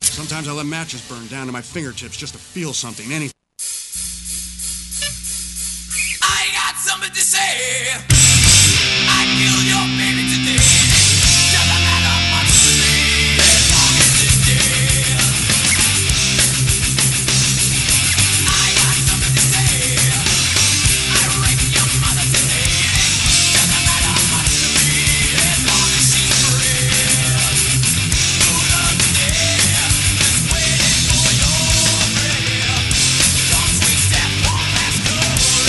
Sometimes I let matches burn down to my fingertips just to feel something, anything. I got something to say. I killed your baby today. Doesn't matter much to me as long as it's dead. I got something to say. I raped your mother today. Doesn't matter much to me as long as she's free. Who the dead is waiting for your grave? Don't twist that one last chorus.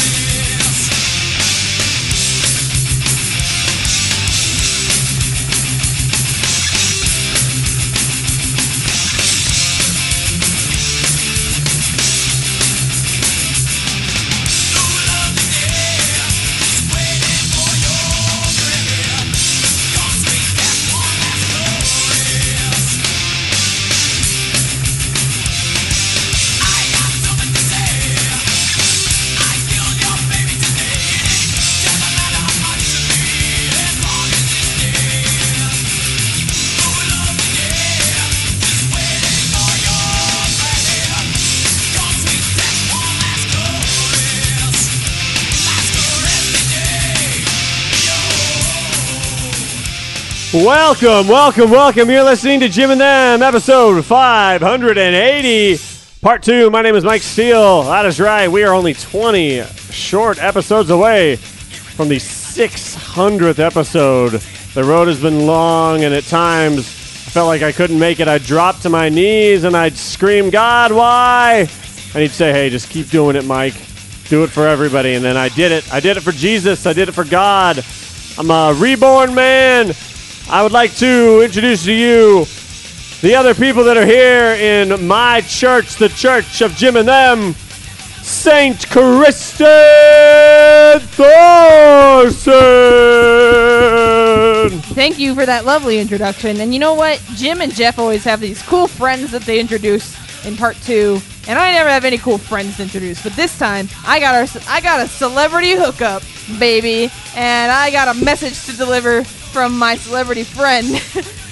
Welcome, welcome, welcome. You're listening to Jim and Them, episode 580, part two. My name is Mike Steele. That is right. We are only 20 short episodes away from the 600th episode. The road has been long, and at times I felt like I couldn't make it. I'd drop to my knees and I'd scream, God, why? And he'd say, Hey, just keep doing it, Mike. Do it for everybody. And then I did it. I did it for Jesus. I did it for God. I'm a reborn man. I would like to introduce to you the other people that are here in my church, the Church of Jim and Them, Saint Kristen Thorson. Thank you for that lovely introduction. And you know what? Jim and Jeff always have these cool friends that they introduce in part two, and I never have any cool friends to introduce. But this time, I got our I got a celebrity hookup, baby, and I got a message to deliver from my celebrity friend,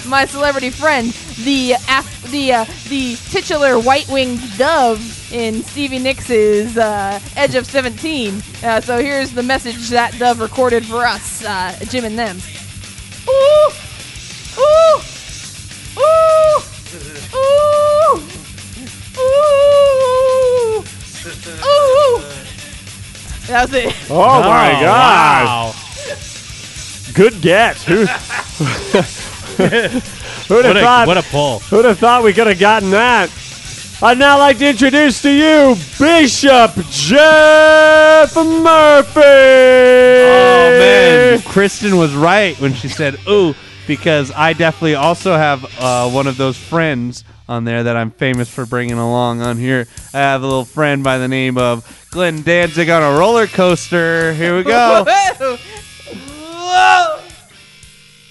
my celebrity friend, the af- the uh, the titular white winged dove in Stevie Nicks' uh, Edge of Seventeen. Uh, so here's the message that dove recorded for us, uh, Jim and them. Ooh! Ooh! Ooh! Ooh! Ooh! Ooh! That was it. Oh, my God! Good guess. Who? Who'd have What a, thought? what a pull. Who'd have thought we could have gotten that? I'd now like to introduce to you Bishop Jeff Murphy. Oh, man. Kristen was right when she said, ooh, because I definitely also have uh, one of those friends on there that I'm famous for bringing along on here. I have a little friend by the name of Glenn Danzig on a roller coaster. Here we go. Whoa!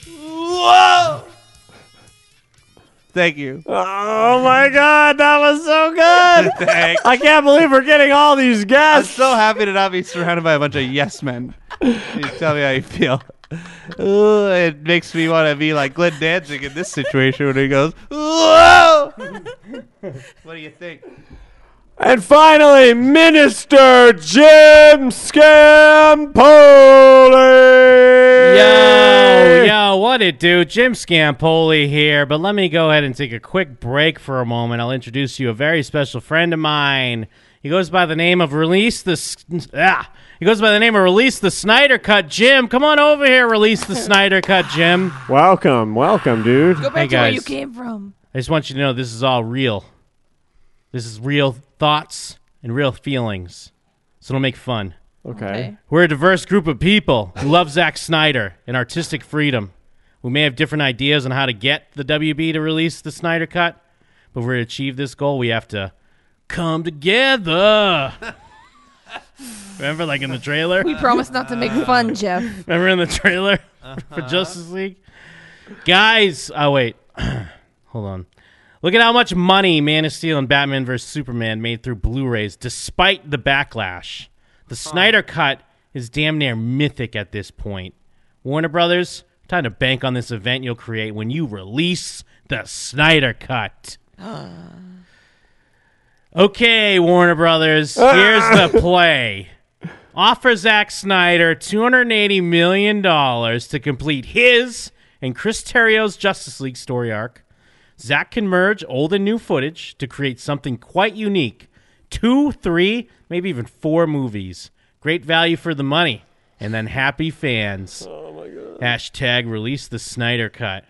Whoa! Thank you. Oh my God, that was so good! Thanks. I can't believe we're getting all these I'm guests. so happy to not be surrounded by a bunch of yes men. You tell me how you feel. Ooh, it makes me want to be like Glenn Danzig in this situation when he goes, "Whoa!" what do you think? And finally, Minister Jim Scampoli. Yo, yo, what it do? Jim Scampoli here, but let me go ahead and take a quick break for a moment. I'll introduce you a very special friend of mine. He goes by the name of Release the S- ah, He goes by the name of Release the Snyder Cut, Jim. Come on over here, Release the Snyder Cut, Jim. Welcome, welcome, dude. Go back Hey, to where guys. you came from. I just want you to know this is all real. This is real thoughts and real feelings. So don't make fun. Okay. We're a diverse group of people who love Zack Snyder and artistic freedom. We may have different ideas on how to get the WB to release the Snyder Cut, but for to achieve this goal, we have to come together. Remember, like in the trailer? We promise not to make fun, Jeff. Remember in the trailer for Justice League? Guys, oh, wait. Hold on. Look at how much money Man of Steel and Batman vs. Superman made through Blu rays despite the backlash. The Snyder Cut is damn near mythic at this point. Warner Brothers, time to bank on this event you'll create when you release the Snyder Cut. Okay, Warner Brothers, here's the play. Offer Zack Snyder $280 million to complete his and Chris Terrio's Justice League story arc. Zack can merge old and new footage to create something quite unique. Two, three, maybe even four movies. Great value for the money. And then happy fans. Oh my god. Hashtag release the Snyder cut.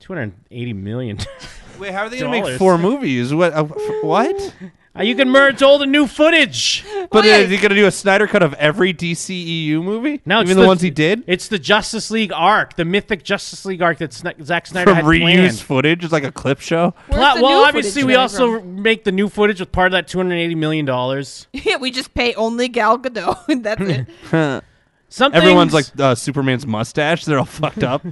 280 million. Wait, how are they gonna Dollars. make four movies? What? Uh, f- what? Uh, you can merge old and new footage. But Wait. is he gonna do a Snyder cut of every DCEU movie? No, it's even the, ones he did It's the Justice League arc, the mythic Justice League arc that Sn- Zack Snyder from had reused planned. footage. It's like a clip show. Where's Pla- the well, new obviously, footage we coming also make the new footage with part of that two hundred eighty million dollars. from? we just pay only Gal Gadot, and that's it. Some Everyone's like things- uh, Superman's mustache. They're all fucked up.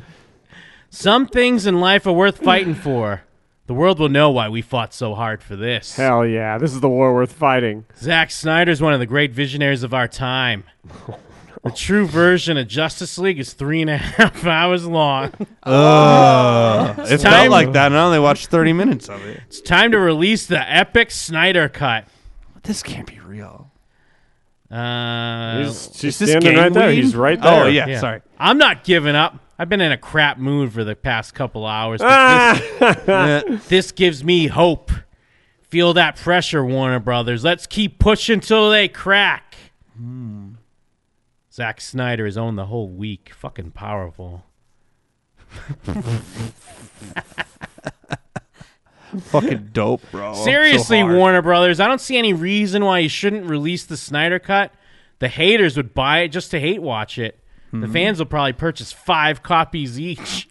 some things in life are worth fighting for. The world will know why we fought so hard for this. Hell yeah, this is the war worth fighting. Zack Snyder's one of the great visionaries of our time. The true version of Justice League is three and a half hours long. it time- felt like that, and I only watched thirty minutes of it. It's time to release the epic Snyder cut. This can't be real. Uh, He's, she's is this standing gang right there. weed? He's right there. Oh yeah, Yeah. sorry. I'm not giving up. I've been in a crap mood for the past couple hours. But Uh, this, this gives me hope. Feel that pressure, Warner Brothers. Let's keep pushing till they crack. Hmm. Zack Snyder has owned the whole week. Fucking powerful. fucking dope, bro. I'm so Seriously, hard. Warner Brothers, I don't see any reason why you shouldn't release the Snyder Cut. The haters would buy it just to hate watch it. Hmm. The fans will probably purchase five copies each.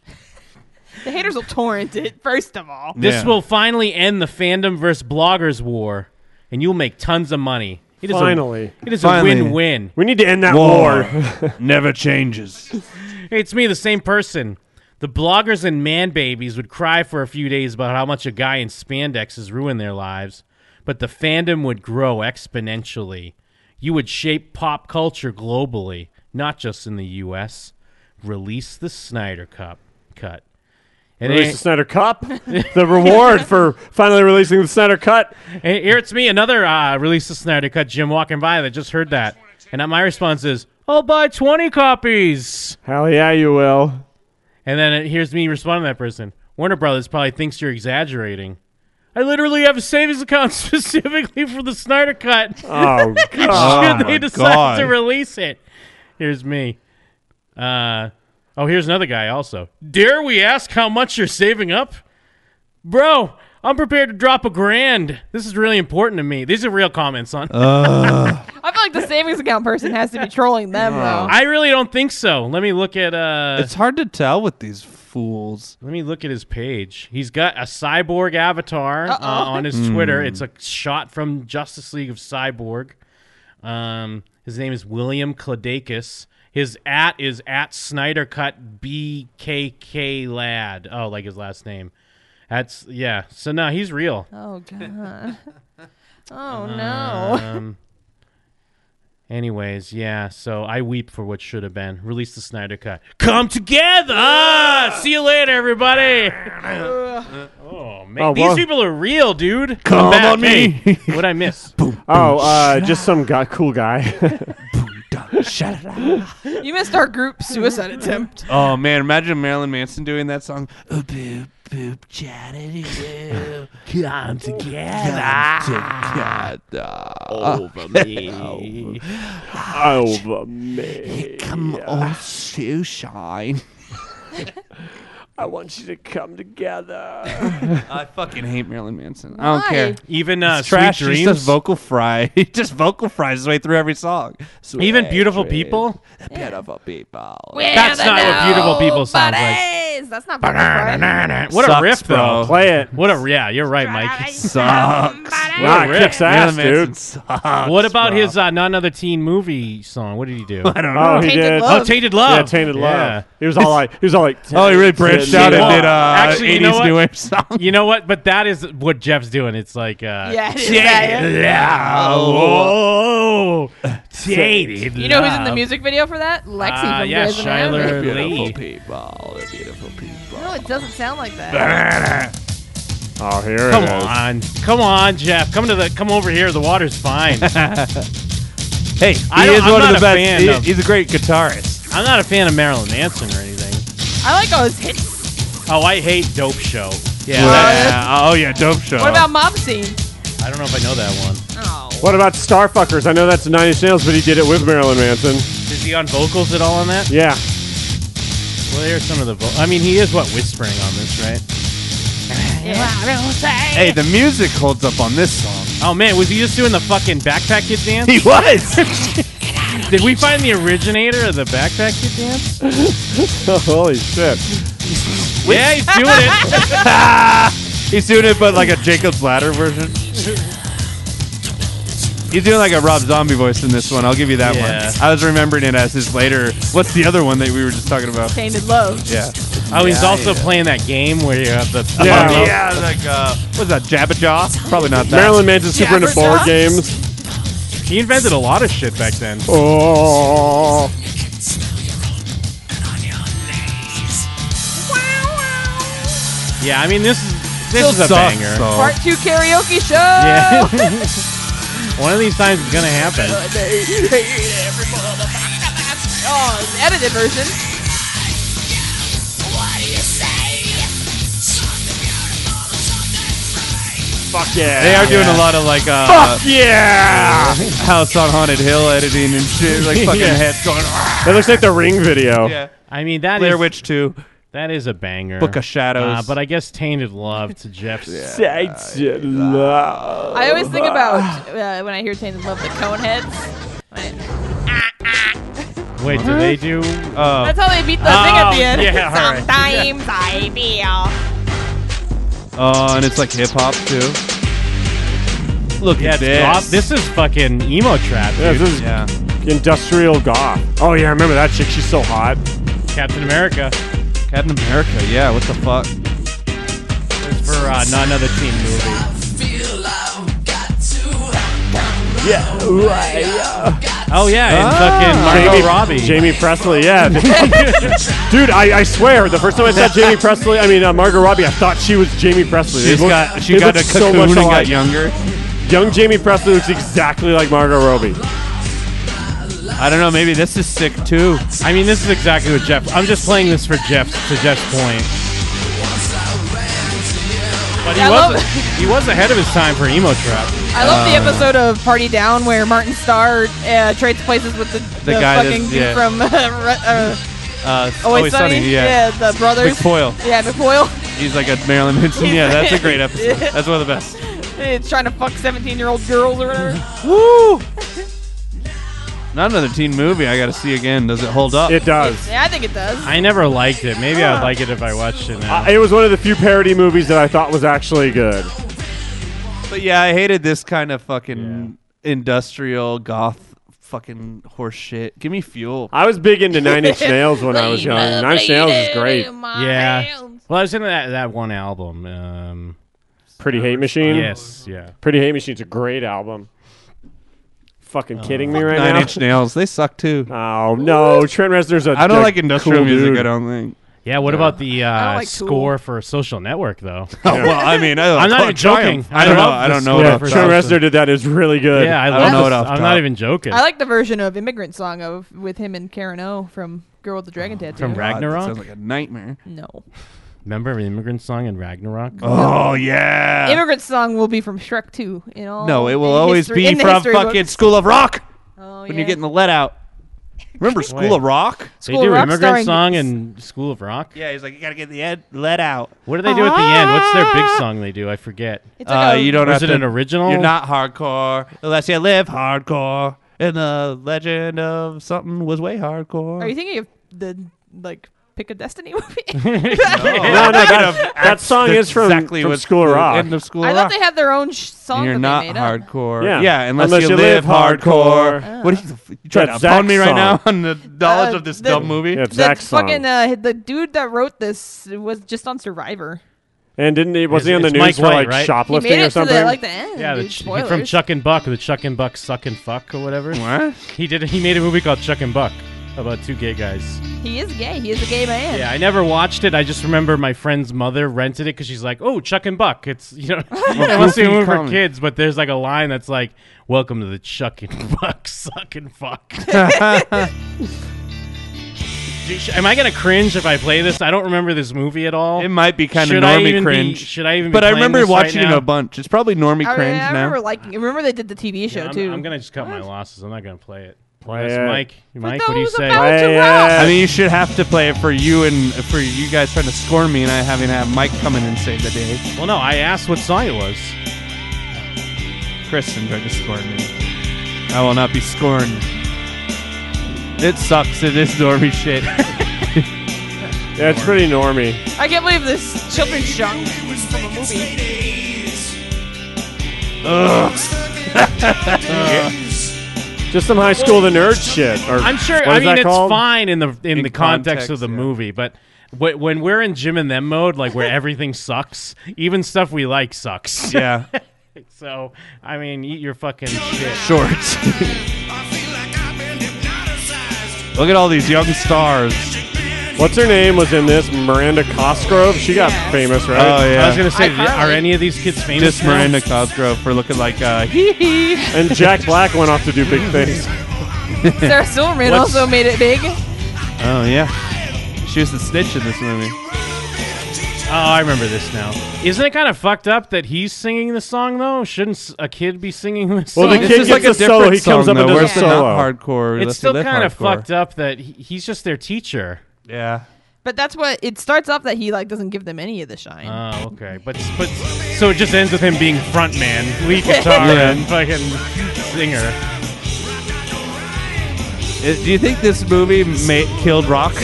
The haters will torrent it. First of all, This Yeah. will finally end the fandom versus bloggers war, and you'll make tons of money. It is Finally. a, it is Finally. a win-win. We need to end that war. War never changes. Hey, it's me, the same person. The bloggers and man babies would cry for a few days about how much a guy in spandex has ruined their lives, but the fandom would grow exponentially. You would shape pop culture globally, not just in the U.S. Release the Snyder Cup cut. And Release it- the Snyder Cup. the reward for finally releasing the Snyder Cut. Hey, here it's me, another uh, release the Snyder Cut Jim walking by that just heard that. And my response is, I'll buy 20 copies. Hell yeah, you will. And then it, here's me responding to that person. Warner Brothers probably thinks you're exaggerating. I literally have a savings account specifically for the Snyder Cut. Oh god. Should my they decide God. to release it? Here's me. Uh, oh, here's another guy also. Dare we ask how much you're saving up? Bro, I'm prepared to drop a grand. This is really important to me. These are real comments on. I feel like the savings account person has to be trolling them though. I really don't think so. Let me look at uh It's hard to tell with these fools. let me look at his page. He's got a cyborg avatar uh, on his Twitter. It's a shot from Justice League of Cyborg. Um his name is William Cladakis. His at is at Snyder Cut BKK Lad. Oh, like his last name. That's yeah. So no, he's real. Oh god. Oh no. Um, anyways, yeah. So I weep for what should have been. Release the Snyder Cut. Come together. See you later, everybody. oh man, Oh, these well. people are real, dude. Come back. on me. Hey, what'd I miss? Oh, uh, just some guy, cool guy. Shut it up. You missed our group suicide attempt. Oh man, imagine Marilyn Manson doing that song. Oh, boop boop charity do. Come together over me. Over me. Come on, shine. I want you to come together. I fucking hate Marilyn Manson. I don't care. Even uh, It's trash. Sweet He Dreams. just vocal fry. He just vocal fries his way through every song. Sweet Even Beautiful dreams, People? Beautiful people. That's not what beautiful people sounds like. like. That's not beautiful, right? What a Sucks, riff, bro. though. Play it. What a yeah. You're right, Mike. Sucks. Nah, it riff. kicks ass, Marilyn Manson dude. sucks. What about bro. his uh, not another teen movie song? What did he do? I don't know. Oh, he Tainted did. Love. Oh, Tainted Love. Yeah, tainted love. Yeah. He was all like, he was all like. Oh, he really branched out Well, and did uh, actually, you know 80s what? new wave song. You know what? But that is what Jeff's doing. It's like, uh, Yeah, it is "Tainted that, love. Tainted You know who's in the Oh, love." music video for that? Lexi Ah, from yeah, Grey's Anatomy. Shiler. Beautiful Lee. people, beautiful people. No, it doesn't sound like that. Oh, here Come it is. on, come on, Jeff. Come to the, come over here. The water's fine. Hey, I he don't- is I'm one of not the a best. fan he- of- he's a great guitarist. I'm not a fan of Marilyn Manson or anything. I like all his hits. Oh, I hate Dope Show. Yeah. Oh yeah, dope show. What about Mob Scene? I don't know if I know that one. Oh. What about Starfuckers? I know that's Nine Inch Nails, but he did it with Marilyn Manson. Is he on vocals at all on that? Yeah. Well, there's some of the. Vo- I mean, he is what whispering on this, right? Hey, the music holds up on this song. Oh man, was he just doing the fucking backpack kid dance? He was. Did we find the originator of the backpack kid dance? Holy shit. yeah, he's doing it. he's doing it, but like a Jacob's Ladder version. He's doing like a Rob Zombie voice in this one. I'll give you that Yeah. one. I was remembering it as his later. What's the other one that we were just talking about? Tainted Love. Yeah. Oh, he's also playing that game where you have the. Yeah. Oh, yeah, like uh, what's that? Jabba Jaw? Probably not that. Marilyn Manson's super into board games. He invented a lot of shit back then. Oh. Yeah, I mean this is this Still is a sucks, banger. though. Part two karaoke show. Oh. Yeah. One of these times it's gonna happen. Oh, it's an edited version. Fuck yeah. They are doing Yeah. a lot of like uh, Yeah. House on Haunted Hill editing and shit, like fucking Yeah. heads going. "Ah!" "Argh." That looks like the Ring video. Yeah, I mean that Blair is Witch Two, that is a banger. Book of Shadows. Uh, but I guess tainted love to Jeff's. Sights you love. I always Oh, think about uh, when I hear Tainted Love, the Coneheads. When- Wait, do they do? uh, That's how they beat the thing at the end. Oh. yeah, all right. Sometimes I feel. oh, and it's like hip hop too. Look yeah, at it's goth- this. This is fucking emo trap. Yeah, dude. this is Yeah, industrial goth. Oh, yeah, I remember that chick. She's so hot. Captain America Captain America. Yeah, what the fuck? This is for uh, not another teen movie. Oh yeah, and Ah. fucking Margot Oh, Robbie. Jamie Presley, yeah. Dude, I, I swear, the first time I saw Jamie Presley, I mean, uh, Margot Robbie, I thought she was Jamie Presley. They She's look- got she they got a look cocoon so much and got alike. younger. Young Jamie Presley looks exactly like Margot Robbie. I don't know. Maybe this is sick too. I mean, this is exactly what Jeff. I'm just playing this for Jeff to Jeff's point. But he Yeah, I was love- he was ahead of his time for emo trap. I love Um, the episode of Party Down where Martin Starr uh, trades places with the, the, guy fucking that's- dude yeah. from uh, Re- uh, Uh, oh, Always, Sunny. Yeah. the brothers. McFoyle. Yeah, McFoyle. He's like a Marilyn Manson. Yeah, that's a great episode. That's one of the best. it's trying to fuck 17 year old girls or whatever. Woo! Not another teen movie. I got to see again. Does it hold up? It does. Yeah, I think it does. I never liked it. Maybe I'd like it if I watched it now. Uh, it was one of the few parody movies that I thought was actually good. But yeah, I hated this kind of fucking industrial goth fucking horse shit. Give me fuel. I was big into Nine Inch Nails when I was young. Nine Inch Nails is great. yeah. Well, I was in that, that one album. Um, Pretty Hate Machine. yes. Yeah. Pretty Hate Machine's a great album. Oh. Fucking kidding me right Nine now? Inch Nails, they suck too. Oh no, Trent Reznor's a. I don't a like industrial cool music. dude. I don't think. Yeah. What about the uh, like Tool. score for Social Network though? well, I mean, I I'm not even joking. I don't know. love I the don't know. score Yeah, for about Trent Social- Johnson. Reznor did that. It's really good. Yeah, I, don't love know this. it off I'm top. not even joking. I like the version of Immigrant Song of with him and Karen O from Girl with the Dragon Tattoo. From Ra- God, that Ragnarok? sounds like a nightmare. no. Remember the immigrant song in Ragnarok? Oh yeah. Immigrant Song will be from Shrek 2. In all no, it will in always history- be in the from history fucking books. School of Rock Oh, when yeah. you're getting the let out. Remember School of Rock? They School do of Rock immigrant starring- song and School of Rock. Yeah, he's like, you gotta get the ed- let out. What do they do at the end? What's their big song they do? I forget. It's like a- Uh, you don't Or have is it to- an original? You're not hardcore unless you live hardcore. And the legend of something was way hardcore. Are you thinking of the like Pick a Destiny movie? No, no, that, that song is from, exactly from what School of the Rock. End of School I of thought Rock. they had their own sh- song you're that not they made up. hardcore. Yeah. yeah, unless, you, live hardcore. What are you, you trying to That's Zach's pound me right now on the knowledge Uh, of this the- dumb movie? yeah, it's The Zach's song. fucking uh, the dude that wrote this was just on Survivor. and didn't he? Wasn't he on the It's- news it's for Mike like White, right? He shoplifting made or it to something? the, like the end. Yeah, the dude, ch- spoilers. from Chuck and Buck, the Chuck and Buck suck and fuck or whatever. What? He did. He made a movie called Chuck and Buck. about two gay guys. He is gay. He is a gay man. Yeah, I never watched it. I just remember my friend's mother rented it because she's like, "Oh, Chuck and Buck." It's you know, it must be a movie for comedy. kids. But there's like a line that's like, "Welcome to the Chuck and Buck suck and fuck." Dude, sh- Am I gonna cringe if I play this? I don't remember this movie at all. It might be kind of Should I even normie be- cringe. should I even be But I playing remember this right watching it now? a bunch. It's probably normie I, cringe I now. remember liking. Remember they did the TV show I'm, too. I'm gonna just cut my losses. I'm not gonna play it. Play That's it. Mike. Mike, that what do you was say? about- Play to rock. it. uh, I mean, you should have to play it for you and for you guys trying to score me, and I having to have Mike come in and save the day. well, no, I asked what song it was. Kristen tried to score me. I will not be scorned. It sucks. It is normie shit. yeah, it's pretty normy. I can't believe this children's junk was from a movie. Just some high school the nerd shit. Or I'm sure. what I is mean, that it's called? fine in the in, In the context, of context, the yeah. movie, but w- when we're in Jim and them mode, like where everything sucks, even stuff we like sucks. yeah. So I mean, eat your fucking shit. Shorts. I feel like I've been hypnotized. Look at all these young stars. What's her name was in this? Miranda Cosgrove. She got Yeah. famous, right? Oh yeah. I was gonna say, I- are any of these kids famous? just now? Miranda Cosgrove for looking like uh, And Jack Black went off to do big things. Sarah Silverman What's- also made it big. Oh yeah, she was the snitch in this movie. Oh, I remember this now. Isn't it kind of fucked up that he's singing the song though? Shouldn't s- a kid be singing this song? Well, the This kid is gets a solo, he comes up though. and does a Where's the not solo. hardcore. it's Let's still Do Live kind of Hardcore. fucked up that he, he's just their teacher. Yeah. But that's what it starts off that he like doesn't give them any of the shine. Oh, okay. But but so it just ends with him being frontman, lead guitar, Yeah. and fucking singer. It- do you think this movie ma- killed rock?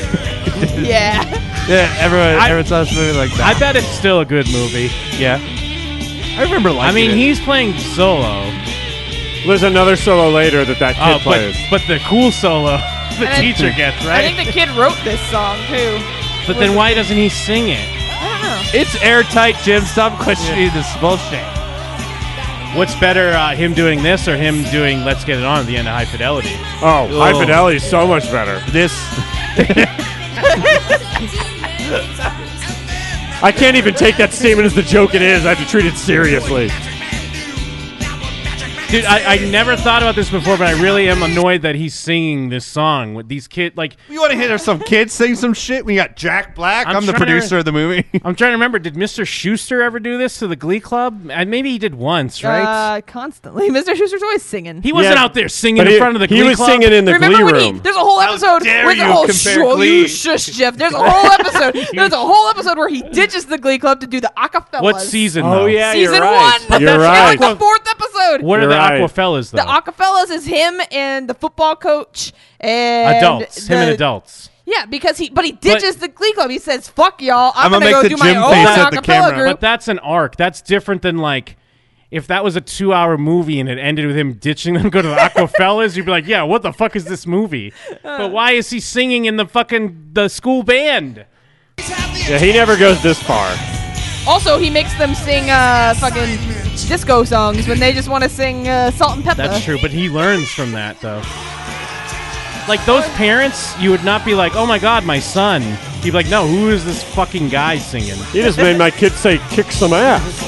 yeah. yeah. Everyone, I- everyone saw this movie like I that. bet it's still a good movie. yeah. I remember liking I mean, it. he's playing solo, There's another solo later that that kid uh, but plays. but the cool solo And the I- teacher gets I right. think the kid wrote this song too. but then why doesn't he sing it? I It's airtight, Jim. Stop questioning this bullshit. What's better, uh, him doing this or him doing "Let's Get It On" at the end of High Fidelity? oh, High Oh. Fidelity's so much better. This. I can't even take that statement as the joke it is. I have to treat it seriously. Dude, I, I never thought about this before, but I really am annoyed that he's singing this song with these kid. Like, You want to hear some kids sing some shit? We got Jack Black. I'm I'm, the trying to- producer of the movie. I'm trying to remember, did Mr. Schuster ever do this to the Glee Club? And maybe he did once, don't know. right? Uh, constantly, Mr. Schuster's always singing. he wasn't Yeah, out there singing But in he, front of the Glee he was Club. singing in the Remember Glee when room. he? There's a whole episode dare with the you whole compare show. Glee. You shush, Jeff. There's a whole episode. There's a whole episode where he ditches the Glee Club to do the acapella. what season? oh though? yeah, Season you're right. one. You're It's right. like the fourth episode. What are You're the right. Aquafellas though? The Acapellas is him and the football coach and adults, him and the- adults. Yeah, because he but he ditches the Glee Club. He says, "Fuck y'all, I'm, I'ma gonna make go the do my gym own face at the acapella camera." group." But that's an arc. That's different than like if that was a two-hour movie and it ended with him ditching them, go to the Aquafellas. You'd be like, yeah, what the fuck is this movie? Uh. But why is he singing in the fucking the school band? Yeah, he never goes this far. also, he makes them sing uh, fucking disco songs when they just want to sing uh, Salt and Pepper. That's true, but he learns from that though. Like those parents, you would not be like, "Oh my god, my son." You'd be like, "No, who is this fucking guy singing?" He just made my kid say, "Kick some ass."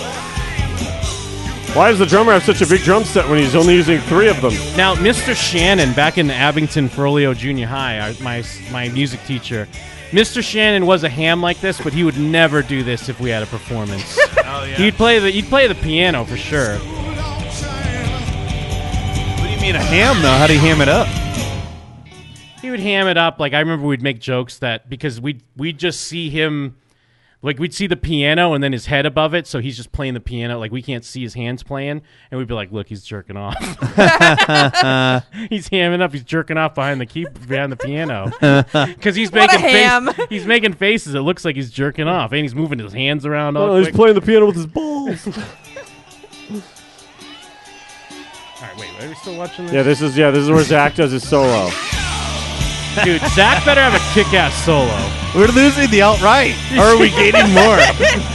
Why does the drummer have such a big drum set when he's only using three of them? Now, Mr. Shannon, back in Abington Frollo Junior High, our, my my music teacher, Mr. Shannon was a ham like this, but he would never do this if we had a performance. Oh, He'd play the he'd play the piano for sure. what do you mean a ham though? How do you ham it up? He would ham it up. Like I remember, we'd make jokes that because we would we'd just see him, like we'd see the piano and then his head above it, so he's just playing the piano. Like we can't see his hands playing, and we'd be like, "Look, he's jerking off. he's hamming up. He's jerking off behind the key behind the piano because he's What a making ham. Face, he's making faces. It looks like he's jerking off, and he's moving his hands around. All Oh, he's quick. playing the piano with his balls. all right, wait, are we still watching this? yeah, this is yeah, this is where Zach does his solo. Dude, Zach better have a kick-ass solo. We're losing the alt right. Or are we gaining more?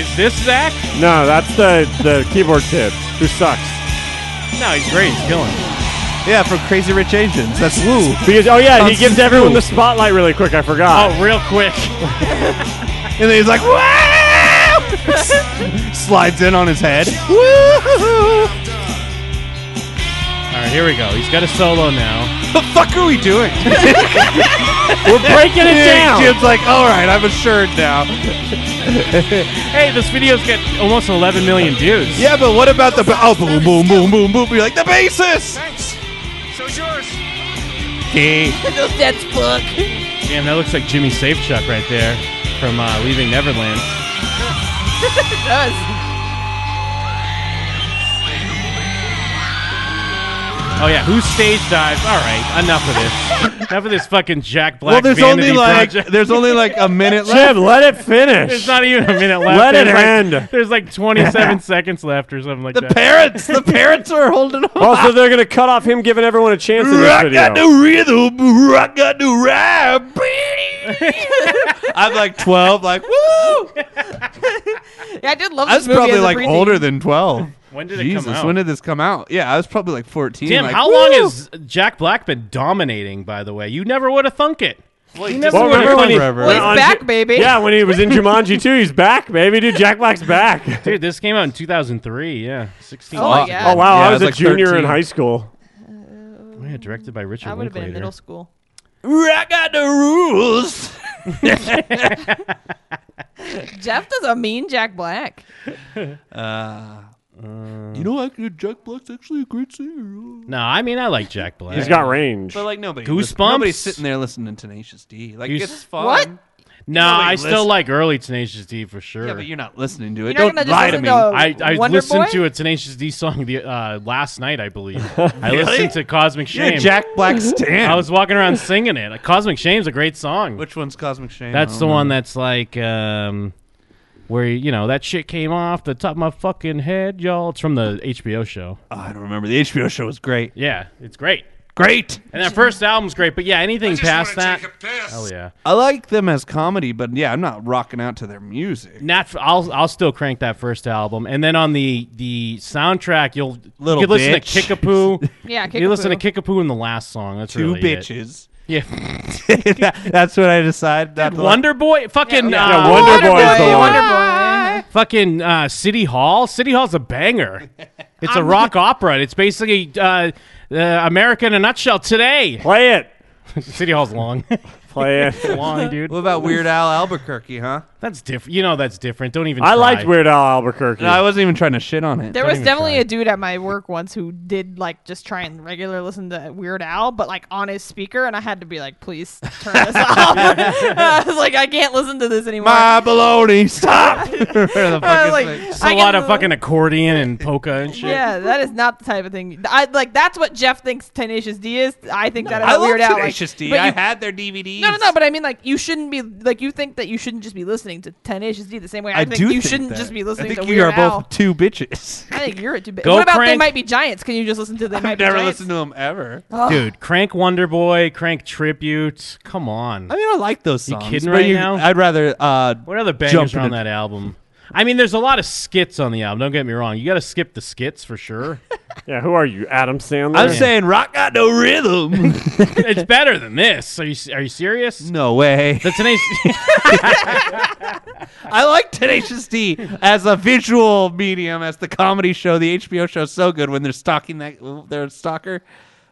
Is this Zach? No, that's the the keyboard kid who sucks. No, he's great. He's killing. it. Yeah, from Crazy Rich Asians. That's woo. Because oh yeah, he Constant gives everyone Woo. the spotlight really quick. I forgot. Oh, real quick. And then he's like, wow! Slides in on his head. Woo! All right, here we go. He's got a solo now. The fuck are we doing? We're breaking it Yeah, down. Jim's like, all right, I'm assured now. Hey, this video's got almost 11 million views. Yeah, but what about the ba- oh boom boom boom boom boom? You're like the basis. Thanks. So it's yours. Okay. That's book. Damn, that looks like Jimmy Safechuck right there from uh, Leaving Neverland. Does. Oh yeah, who stage dives? All right, enough of this. enough of this fucking Jack Black. Well, there's only vanity like project. there's only like a minute left. Jim, let it There's finish. not even a minute left. Let it there's like, end. There's like 27 seconds left or something like The that. parents, the parents are holding on. also, they're gonna cut off him giving everyone a chance in this Rock got video. the rhythm, rock got the rhyme. I'm like 12, like woo. Yeah, I did love I this was movie probably as a like preteen. older than 12. When did it come Jesus, out? when did this come out? Yeah, I was probably like 14. Tim, like, how long woo! has Jack Black been dominating? By the way, you never would have thunk it. you never Well, would have remember when thunk he, Forever. when Well, he's on back, Ju- baby. Yeah, when he was in Jumanji too, he's back, baby. Dude, Jack Black's back. Dude, this came out in 2003. Yeah, 16. Oh my Fuck. god. Oh wow, Yeah, I I was, was a like junior 13. in high school. Oh, yeah, directed by Richard I would have been in Linklater. middle school. Rock got the rules. Jeff does a mean Jack Black. You know, actually, Jack Black's actually a great singer. No, I mean I like Jack Black. He's got range. But like nobody, Goosebumps? nobody's sitting there listening to Tenacious D. Like You it's s- fun. What? no, nobody I still listen- like early Tenacious D for sure. Yeah, but you're not listening to You're it. not gonna Don't just lie to listen me. to a I, I Wonder listened Boy? to a Tenacious D song the uh, last night, I believe. I listened to Cosmic You're Shame. a Jack Black stan. I was walking around singing it. Cosmic Shame's a great song. Which one's Cosmic Shame? That's the one that's like, um, where you know that shit came off the top of my fucking head, y'all. It's from the HBO show. Oh, I don't remember. The HBO show was great. Yeah, it's great. Great. And that first album's great, but yeah, anything past that, piss. hell yeah. I like them as comedy, but yeah, I'm not rocking out to their music. Not f I'll I'll still crank that first album, and then on the the soundtrack, you'll Little you could listen bitch. to Kickapoo. Yeah, You listen to Kickapoo. Kickapoo in the last song. That's Two really it. bitches. Yeah, That- that's what I decide. Not to like- Wonder Boy, fucking Yeah, yeah, uh, Wonder, Boy is the Boy, one. Wonder Boy. fucking uh, City Hall. City Hall's a banger. It's a rock opera. It's basically uh, uh, America in a nutshell today. Play it. City Hall's long, Play it. long, dude. What about Weird Al Albuquerque, huh? That's different. You know that's different. Don't even. I try. liked Weird Al Albuquerque. No, I wasn't even trying to shit on it. There Don't was even definitely try. a dude at my work once who did like just try and regular listen to Weird Al, but like on his speaker, and I had to be like, "Please turn this off." I was like, "I can't listen to this anymore." My baloney, stop! Where the fuck I is was like, it? It's a I lot can- of fucking accordion and polka and shit. Yeah, that is not the type of thing. I like. That's what Jeff thinks Tenacious D is. I think that is I love Weird Al. Tenacious like, D. but I you- had their DVDs. No, no, no. But I mean, like, you shouldn't be like you think that you shouldn't just be listening to Tenacious D the same way. I, think do you think shouldn't that. just be listening I think to you Weird are Al. both two bitches. I think you're a too big. Go What about they crank- might be giants? Can you just listen to they might I've be never giants? listened to them ever. Dude, crank Wonder Boy, crank tribute. Come on. I mean, I like those songs. kidding but right now? I'd rather. Uh, What other bangers Jump are on into- that album? I mean, there's a lot of skits on the album. Don't get me wrong. You got to skip the skits for sure. yeah, who are you, Adam Sandler? I'm saying rock got no rhythm. it's better than this. Are you are you serious? no way. The tenacious. I like Tenacious D as a visual medium, as the comedy show. The HBO show is so good when they're stalking that their stalker.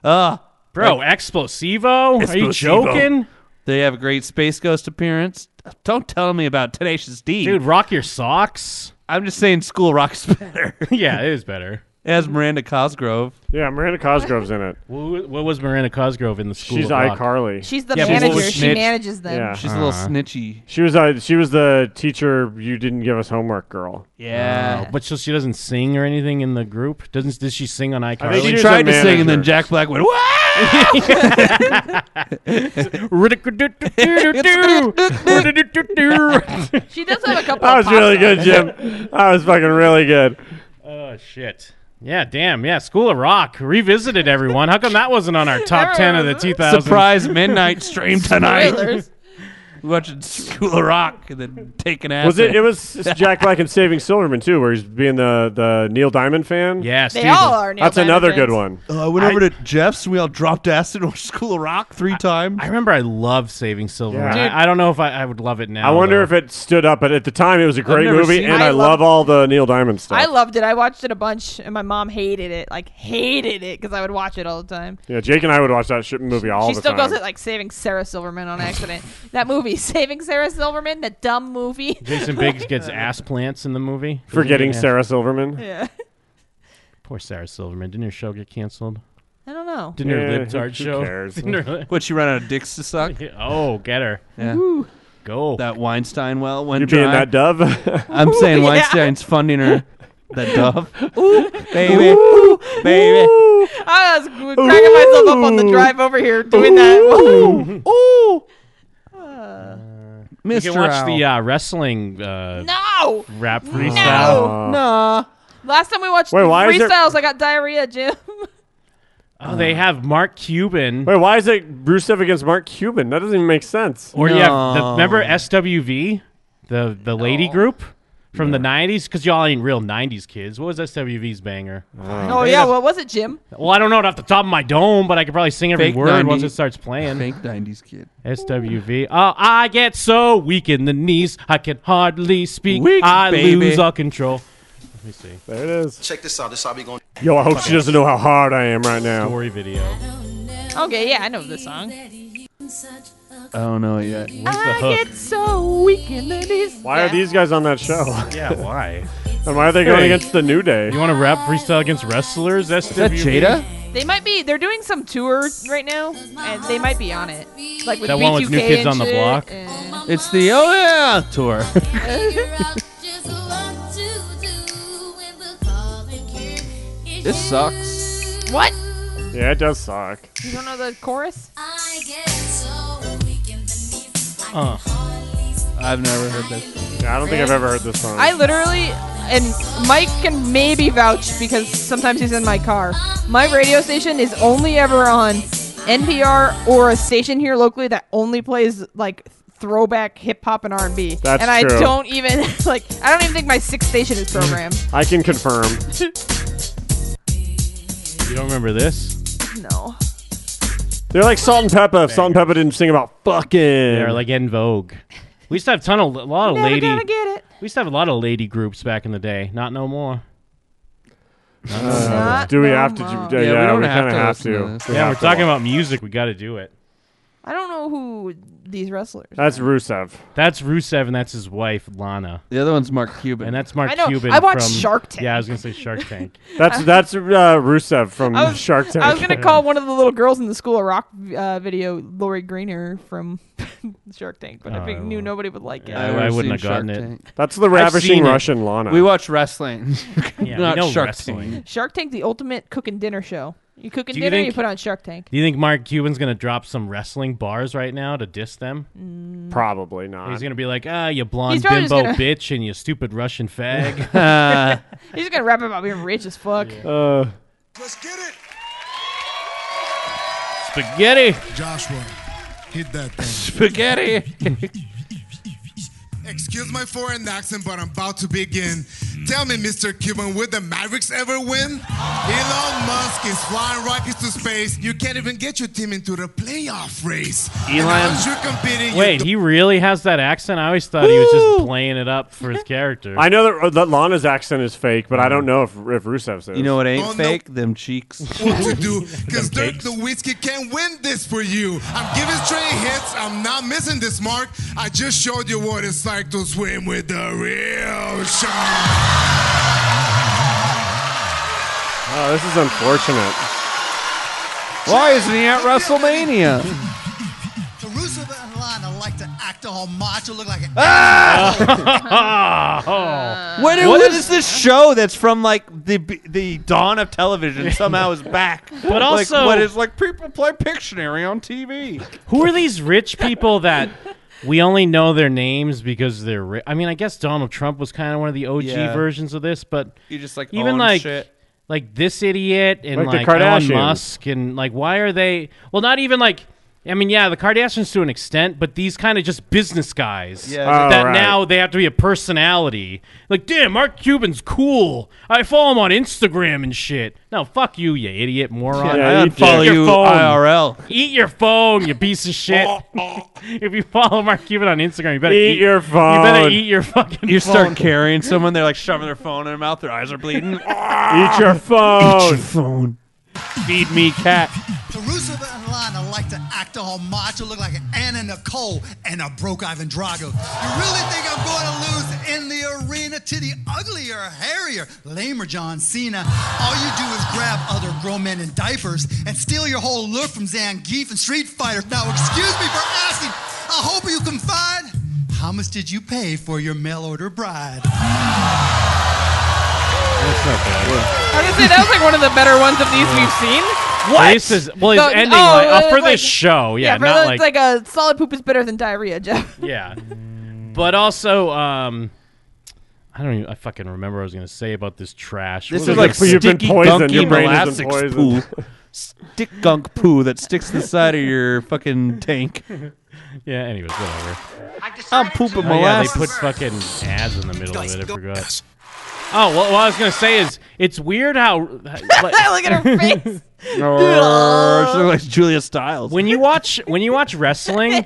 Ugh. Bro, Explosivo? Are you Explosivo. joking? They have a great Space Ghost appearance. Don't tell me about Tenacious D. Dude, rock your socks. I'm just saying School Rock's better. yeah, it is better. It has Miranda Cosgrove. yeah, Miranda Cosgrove's in it. What, what was Miranda Cosgrove in the school? She's of rock? iCarly. She's the Yeah, but what manager. was She Mitch? manages them. Yeah. She's a little Uh-huh. snitchy. She was uh, she was the teacher you didn't give us homework girl. Yeah. Oh, but so she doesn't sing or anything in the group. Doesn't does she sing on think she she iCarly? was tried a to sing, and then manager. Jack Black went, "Wow!" She does have a couple. That of was really pop good, Jim. That was fucking really good. oh shit. Yeah, damn. Yeah, School of Rock revisited everyone. How come that wasn't on our top ten of the 2000? Surprise midnight stream tonight. Spoilers. We watching School of Rock and then taking acid. Was it? It was Jack Black and Saving Silverman too, where he's being the the Neil Diamond fan. Yeah, They Steven. all are. Neil that's Diamond another good fans. one. Uh, I went over to Jeff's. We all dropped acid or School of Rock three times. I remember I loved Saving Silver. Yeah. I, I don't know if I, I would love it now. I wonder though. if it stood up, but at the time it was a great never movie, seen and it. I, I love love- all the Neil Diamond stuff. I loved it. I watched it a bunch, and my mom hated it. Like hated it because I would watch it all the time. yeah, Jake and I would watch that shit movie all she the still time. calls it like Saving Sarah Silverman on accident. that movie, Saving Sarah Silverman, the dumb movie. Jason Biggs gets ass plants in the movie. Forgetting Yeah. Sarah Silverman. yeah. Poor Sarah Silverman. Didn't her show get canceled? I don't know. Didn't Yeah, her who- libtard who show? cares? Didn't her What, she ran out of dicks to suck? li- oh, get her. Yeah. Go. That Weinstein well went You're being dry. that dove. I'm saying Yeah. Weinstein's funding her. That dove. baby. baby. I was g- cracking myself up on the drive over here doing that. Ooh. you Mr. can watch Owl. the uh, wrestling uh, no. rap No. freestyle. nah. Last time we watched Wait, why is there- freestyles, I got diarrhea, Jim. Oh, they have Mark Cuban. Wait, why is it Bruce Brucev against Mark Cuban? That doesn't even make sense. Or yeah, the, No. remember SWV, the the lady group from the '90s? Because y'all ain't real '90s kids. What was SWV's banger? oh yeah, what was it, Jim? Well, I don't know it off the top of my dome, but I could probably sing every Fake word 90s. once it starts playing. Fake 90s kid. SWV. Oh, I get so weak in the knees, I can hardly speak. Weak, I baby. lose all control. Let me see. There it is. Check this out. This how we going. Yo, I hope she doesn't know how hard I am right Oh. now. Story video. Okay, yeah, I know this song. I don't know it yet. I get so weak in the knees. Why are these guys on that show? Yeah, why? and why are they going Hey. against the New Day? You want to rap freestyle against wrestlers? SWV? Is that Jada? They might be. They're doing some tour right now, and they might be on it. Like with That B2K one with New Kids and on the shit, Block? and- It's the Oh Yeah tour. This sucks. What? yeah, it does suck. You don't know the chorus? Uh. I've never heard that. Yeah, I don't think I've ever heard this song. I literally, and Mike can maybe vouch because sometimes he's in my car. My radio station is only ever on NPR or a station here locally that only plays like throwback hip hop and R and B. That's And I true. don't even like. I don't even think my sixth station is programmed. I can confirm. You don't remember this? No. They're like Salt and Pepper. If Salt and Pepper didn't sing about fucking. They're like in Vogue. We used to have ton of, a lot of Never lady. gonna get it. We used to have a lot of lady groups back in the day. Not no more. Not Uh, do we no have to? more. Yeah, we yeah, don't we, have kind to of have listen to to. this. We Yeah, we're have to. talking about music. We got to do it. I don't know who these wrestlers. are. That's Rusev. That's Rusev, and that's his wife Lana, The other one's Mark Cuban. and that's Mark I know. Cuban. I watched from- Shark Tank. Yeah, I was gonna say Shark Tank. That's that's uh, Rusev from I was- Shark Tank. I was gonna call one of the little girls in the School of Rock uh, video Lori Greener from Shark Tank, but I Oh, think I knew will- nobody would like it. I've I- I never seen wouldn't have gotten Shark it. Tank. That's the seen ravishing it. Russian Lana. We watch wrestling. Yeah, Not we know Shark wrestling. Tank. Shark Tank, the ultimate cooking dinner show. You cook a Do you dinner, think- you put on Shark Tank. Do you think Mark Cuban's gonna drop some wrestling bars right now to diss them? Probably not. He's gonna be like, "Ah, you blonde Mm-hmm. He's probably bimbo just gonna- bitch and you stupid Russian fag." Uh, He's just gonna rap about being rich as fuck. Uh, Let's get it. Spaghetti. Joshua, hit that thing. spaghetti. Excuse my foreign accent, but I'm about to begin. Tell me, Mr. Cuban, would the Mavericks ever win? Elon Musk is flying rockets to space. You can't even get your team into the playoff race. And Elon- as you're competing, you Wait, he really has that accent? I always thought he was just playing it up for his character. I know that, that Lana's accent is fake, but I don't know if if Rusev's is. You know what ain't Oh, no. fake? Them cheeks. what to do because Dirk Nowitzki can win this for you. I'm giving straight hits. I'm not missing this mark. I just showed you what it's like to swim with the real shark. Oh, this is unfortunate. Why isn't he at WrestleMania? Rusev and Lana like to act all macho, look like an What is, what is this show that's from like the the dawn of television somehow is back? But also- like, what is like people play Pictionary on TV? Who are these rich people that we only know their names because they're rich? I mean, I guess Donald Trump was kind of one of the OG Yeah. versions of this, but You just like even own like shit. like this idiot and Like the like, Elon Kardashians. Musk and like why are they? Well, not even like I mean, yeah, the Kardashians to an extent, but these kind of just business guys. Yeah, Oh, that right. now they have to be a personality. Like, damn, Mark Cuban's cool. I follow him on Instagram and shit. No, fuck you, you idiot moron. Yeah, I you follow did. you Your phone. IRL. Eat your phone, you piece of shit. Oh. if you follow Mark Cuban on Instagram, you better Eat eat, your You better phone. eat your fucking. You phone. start carrying someone, they're like shoving their phone in their mouth, their eyes are bleeding. Eat your phone. phone. Feed me cat. To Roosevelt and Lana like to act all macho, look like Anna Nicole and a broke Ivan Drago. You really think I'm going to lose in the arena to the uglier, hairier, lamer John Cena? All you do is grab other grown men in diapers and steal your whole look from Zangief and Street Fighter. Now, excuse me for asking, I hope you can find how much did you pay for your mail order bride? I was gonna say that was like one of the better ones of these we've seen. What? This is well, it's No, ending oh, like, uh, uh, for like- this show. Yeah, for not those, like, like a solid poop is better than diarrhea, Jeff. yeah. But also, um, I don't even. I fucking remember what I was gonna say about this trash. This What is was I like like you've been sticky, poisoned. gunky Your brain has molasses been poisoned. poo. Stick gunk poo that sticks to the side of your fucking tank. gonna- yeah. Anyways, whatever. I'm pooping Oh, yeah, they molasses. put fucking ads in the middle of it. I forgot. Oh, well, what I was gonna say is it's weird how like, Look at her face. Or something like Julia Stiles. when you watch when you watch wrestling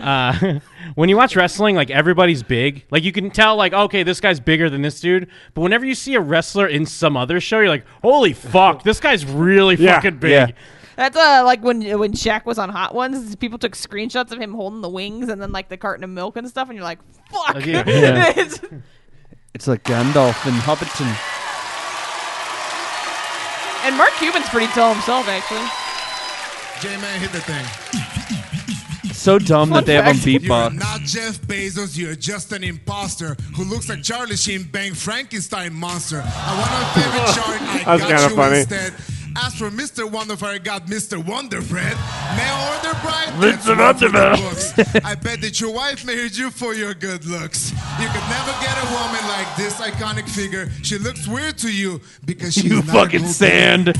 uh, when you watch wrestling like everybody's big like you can tell like okay this guy's bigger than this dude but whenever you see a wrestler in some other show you're like holy fuck this guy's really Yeah, fucking big yeah. That's uh, like when when Shaq was on Hot Ones, people took screenshots of him holding the wings and then like the carton of milk and stuff, and you're like, fuck. Yeah. It's- it's like Gandalf and Hobbiton. and Mark Cuban's pretty tall himself, actually. J-Man, hit the thing. So dumb that they have on fact. You're beatbox. not Jeff Bezos. You're just an imposter who looks like Charlie Sheen bang Frankenstein monster. I want my favorite chart. I That's got kinda you funny. instead. As for Mr. Wonderful, I got Mr. Wonder Bread. Mail order bride. Mr. that's one for the Wonderful. books. I bet that your wife married you for your good looks. You could never get a woman like this iconic figure. She looks weird to you because she's You not fucking moving. sand.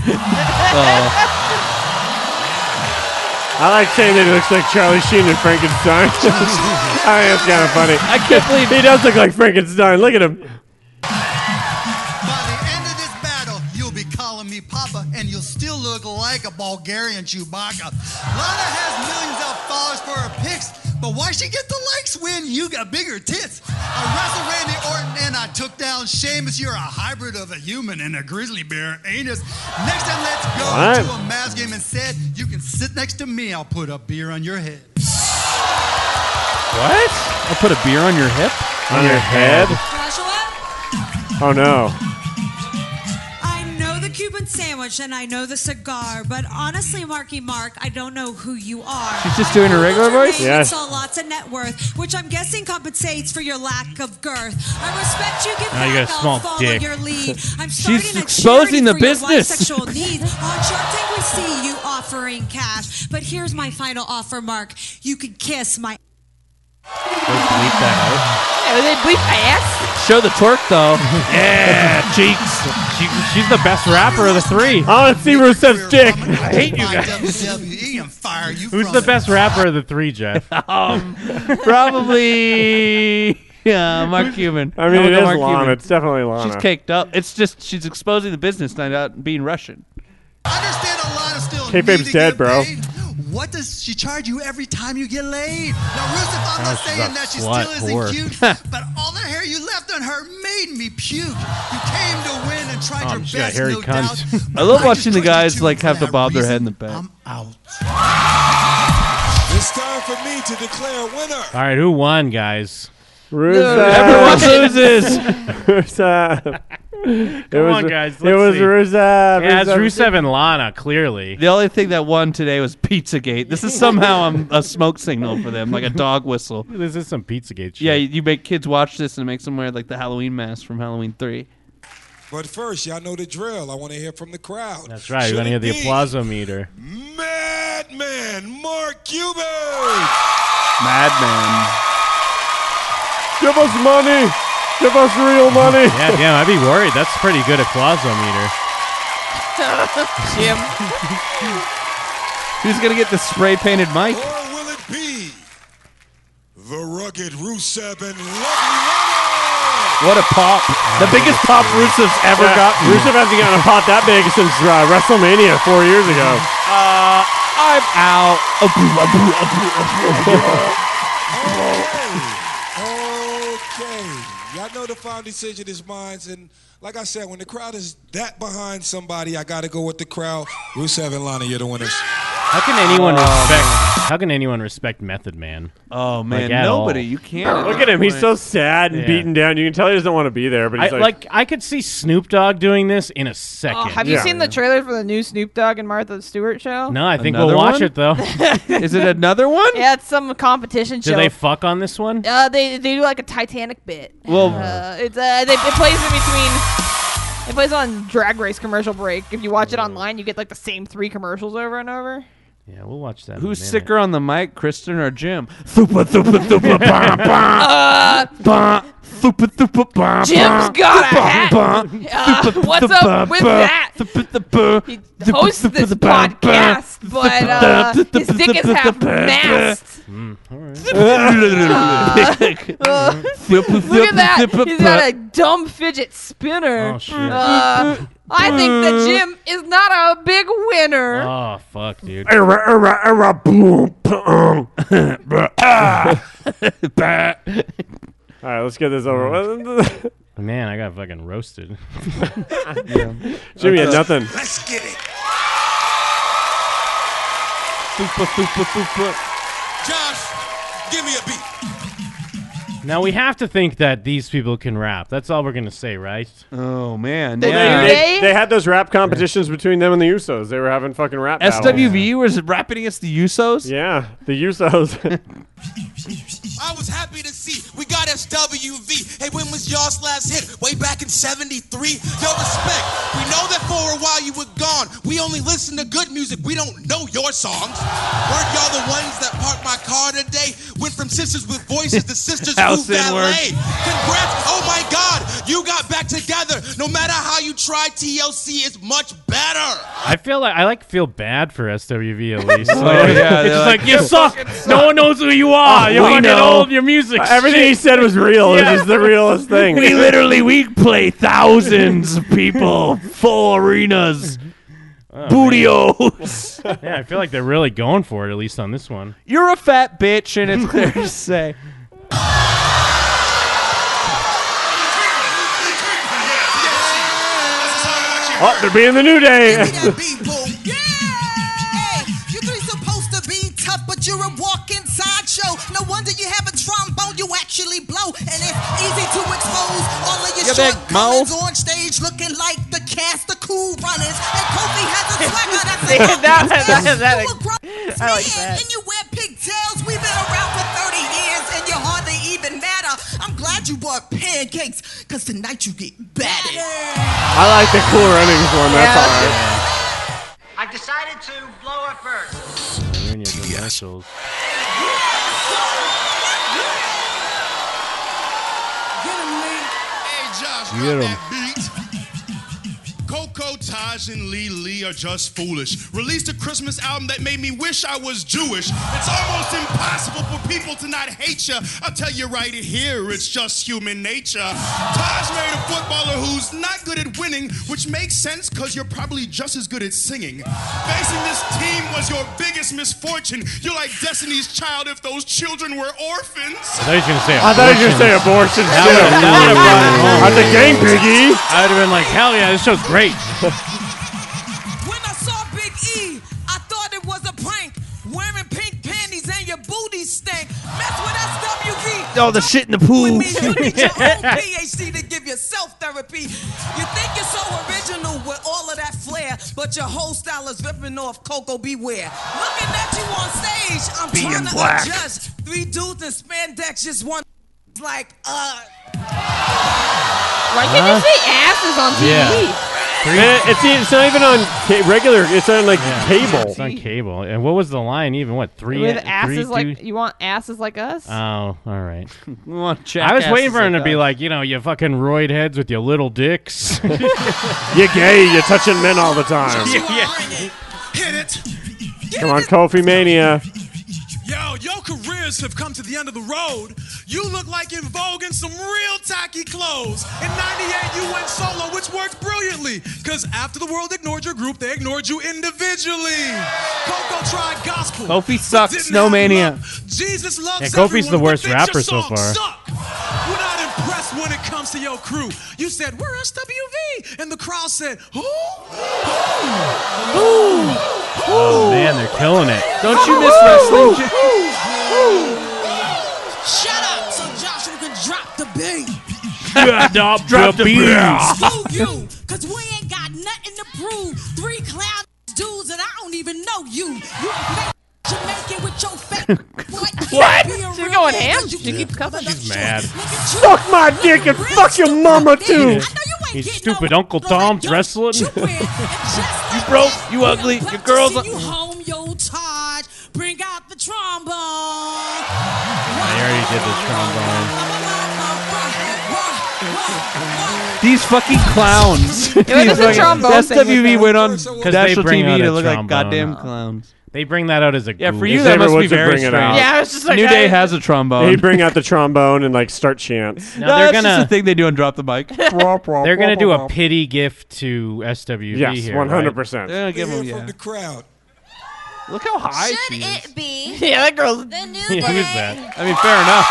I like saying that he looks like Charlie Sheen in Frankenstein. I think it's kind of funny. I can't believe he does look like Frankenstein. Look at him. By the end of this battle, you'll be calling me Papa, and you'll still look like a Bulgarian Chewbacca. Lana has millions of followers for her pics, but why she get the likes when you got bigger tits? I wrestled Randy Orton and I took down Sheamus. You're a hybrid of a human and a grizzly bear anus. Next time, let's go to right. a Mavs game and said, you can sit next to me. I'll put a beer on your head. What? I'll put a beer on your hip? On your head? Joshua, Oh no. I know the Cuban sandwich and I know the cigar, but honestly, Marky Mark, I don't know who you are. She's just doing her regular voice? Yeah. Yes. saw lots of net worth, which I'm guessing compensates for your lack of girth. I respect you. Give Now you back. got a small I'll follow dick. your lead. I'm She's starting a exposing charity the for your wife's business. sexual needs. On Shark Tank, we see you offering cash, but here's my final offer, Mark. You could kiss my. Yeah, they bleep my ass. Show the torque, though. yeah, cheeks. She, she's the best rapper of the three I want to see Rusev's dick. I hate you guys. WWE and E, fire you who's from the it. best rapper of the three jeff Probably uh, Mark Cuban. I mean, would it go is Mark Lana. Cuban. It's definitely Lana. She's caked up. It's just she's exposing the business, not out being Russian. Understand a lot of still need Kayfabe's to get dead, bro. Paid. What does she charge you every time you get laid? Now, Rusev, I'm not she's saying a that she slut still isn't whore. cute, but all the hair you left on her made me puke. You came to win and tried Oh, your she got best, hairy no cunt. doubt. I love just watching the pushed you guys, too like, for have to that bob their head in reason. the back. I'm out. It's time for me to declare a winner. all right who won guys Rusev. Everyone loses. Rusev. It was, on, guys, it let's was see. Rusev. yeah it's rusev and lana clearly The only thing that won today was Pizzagate. This is somehow um, a smoke signal for them, like a dog whistle. this is some pizzagate shit Yeah, you make kids watch this and it makes them wear like the Halloween mask from Halloween 3. But first, y'all know the drill. I want to hear from the crowd. that's right you're Should gonna hear it the be applause meter Madman Mark Cuban. Madman. Give us money. Give us real money. yeah damn i'd be worried that's pretty good applause meter Jim. Who's gonna get the spray painted mic? Or will it be the rugged Rusev and Lucky What a pop! The biggest pop Rusev's ever Yeah, gotten. Rusev hasn't gotten a pot that big since uh, WrestleMania four years ago. Uh, I'm out. Aboo, aboo, aboo, aboo. Lotto! Okay. Y'all know the final decision is mine. And like I said, when the crowd is that behind somebody, I got to go with the crowd. Rusev and Lana, you're the winners. How can anyone respect? How can anyone respect Method Man? oh man, at all. nobody. You can't. Look at him. He's so sad and Yeah. beaten down. You can tell he doesn't want to be there, but I he's like, like I could see Snoop Dogg doing this in a second. Oh, have you Yeah. seen the trailer for the new Snoop Dogg and Martha Stewart show? no, I think Another we'll watch one? it though. Is it another one? Yeah, it's some competition Do show. they fuck on this one? uh, they they do like a Titanic bit. Well, Uh, it's uh, they, it plays in between. It plays on Drag Race commercial break. If you watch it online, you get like the same three commercials over and over. Yeah, we'll watch that. in a who's minute. sicker on the mic, Kristen or Jim? Thupa thupa thupa bah, bah, bah, thupa thupa bah, Uh, Jim's bah, got a bah, hat. bah, Uh, thupa, what's thupa, up with bah, that? thupa, thupa, He thupa, hosts thupa, this bah, bah, podcast, but uh, thupa, his dick is thupa, half bah, masked. bah. Thupa, Look at thupa, that! thupa, He's bah. got a dumb fidget spinner. Oh shit! Uh, I think that Jim is not a big winner. oh fuck, dude. "Erra, erra, erra, boom, pa-um." ah. All right, let's get this over. with. Man, I got fucking roasted. Jimmy had nothing. Let's get it. Thupa, thupa, thupa. Josh, give me a beat. now we have to think that these people can rap. That's all we're gonna say, right? Oh man, They yeah. do They, They- they had those rap competitions between them and the Usos. They were having fucking rap battles. SWV was rapping against the Usos. Yeah, the Usos. I was happy to see we got SWV. Hey, when was y'all's last hit? Way back in 73? Yo, respect. We know that for a while you were gone. We only listen to good music. We don't know your songs. Weren't y'all the ones that parked my car today? Went from sisters with voices to sisters House who valet. inward. Congrats. Oh my God. You got back together. No matter how you try, TLC is much better. I feel like I like feel bad for SWV at least. Oh, yeah, it's they're just like, like, you suck. No one knows who you are. You're we fucking know. old. Your music. Everything he said was real. It Yeah. was just the realest thing. We literally we play thousands of people, full arenas, bootios. Yeah, I feel like they're really going for it at least on this one. You're a fat bitch, and it's clear to say. Oh, they're being the new day. that beat, boom. Yeah! Hey, you three supposed to be tough, but you're a walking sideshow. No wonder you have a trombone, you actually blow. And it's easy to expose all of your Get back, shortcomings on stage looking like the cast of Cool Runners. And Kofi has a swagger that's a That- that- that- that- You a grown I man, like that. And you wear pigtails. We've been around for 30 years and you hardly even matter. I'm glad you bought pancakes, because tonight you get battered. I like the cool runnings one. That's all right. I decided to blow up first. You're in your commercials. Hey Josh, Get drop 'em. that beat. Coco, Taj, and Lee Lee are just foolish. Released a Christmas album that made me wish I was Jewish. It's almost impossible for people to not hate you. I'll tell you right here, it's just human nature. Taj married a footballer who's not good at winning, which makes sense because you're probably just as good at singing. Facing this team was your biggest misfortune. You're like Destiny's Child if those children were orphans. I thought he was gonna say. I thought you were gonna say abortions too. that That's a game, piggy. I would have been like, hell yeah, this show's great. When I saw Big E, I thought it was a prank. Wearing pink panties and your booty stank. Mess with E. SWV. All the shit in the pool. With me, you need your own PhD to give yourself therapy. You think you're so original with all of that flair, but your whole style is ripping off Coco Beware. Looking at you on stage, I'm trying to adjust. Three dudes in spandex, just one like, uh. Why can't uh, you say asses on TV? Man, it's, e, it's not even on ca- regular. It's on like cable. It's on cable. And what was the line even? What three? With three, asses like two- you want asses like us? Oh, all right. We want I was jackasses waiting for him to be that. like, you know, you fucking roid heads with your little dicks. You're gay. You're touching men all the time. Yeah. Hit it. Come on, Kofi Mania. Yo, your careers have come to the end of the road. You look like in Vogue in some real tacky clothes. In 98, you went solo, which worked brilliantly. Because after the world ignored your group, they ignored you individually. Coco tried gospel. Kofi sucks. Didn't have Snowmania. love. Jesus loves Yeah, Kofi's everyone, the but worst thinks rapper your so songs far. Suck. We're not impressed when it comes to your crew. You said, we're SWV. And the crowd said, who? Who? Who? Oh man, they're killing it. Don't you miss wrestling? Jim? Shut up so Joshua can drop the beat. Drop, drop the beats. Screw you, cause we ain't got nothing to prove. Three clown dudes and I don't even know you. You make Jamaican with your fake what? What? Be a She's real going man, ham. 'cause you She keeps coming. She's mad. Fuck my dick and fuck your mama too. You stupid Uncle Tom's wrestling. You broke. You ugly. Your girls. You home, yo, Todd. Bring out the trombone. I already did this trombone. These fucking clowns. It was These a fucking- trombone thing with SWV them. went on 'Cause they national bring out TV a to look like trombone goddamn out. clowns. They bring that out as a Yeah, for goof. you that must be very strange. Yeah, I was just like, New I- Day has a trombone. He'd bring out the trombone and like start chants. No, they're that's just gonna- the thing they do and drop the mic. They're they're gonna do a pity gift to SWV Yes, here. 100%. They're gonna give them. From Yeah. the crowd. Look how high Should she is. it be? Yeah, that girl's- The new Yeah, day. who's that? I mean, fair enough.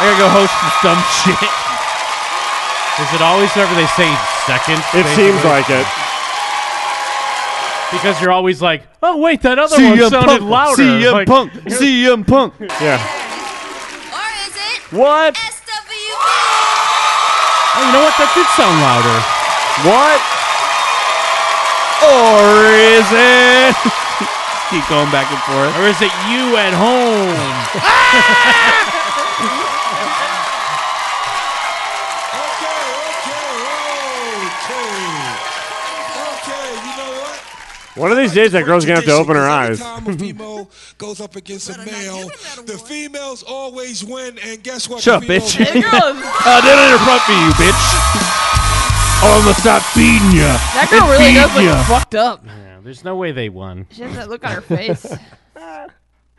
I gotta go host this dumb shit. Is it always whoever they say second? It seems basically? like it. because you're always like, oh wait, that other one CM sounded Punk, louder. CM Like- Punk, CM Punk. Yeah. Or is it What? Oh, you know what? That did sound louder. What? Or is it? Keep going back and forth. Or is it you at home? Okay, okay, okay. Okay, you know what? One of these days, that girl's gonna have to open her eyes. Time a female goes up against a male, the females always win, and guess what? Shut up, The bitch. females- uh, they don't interrupt me, you bitch. I'm gonna stop feeding you. That girl really does look fucked up. Yeah, there's no way they won. She has that look on her face.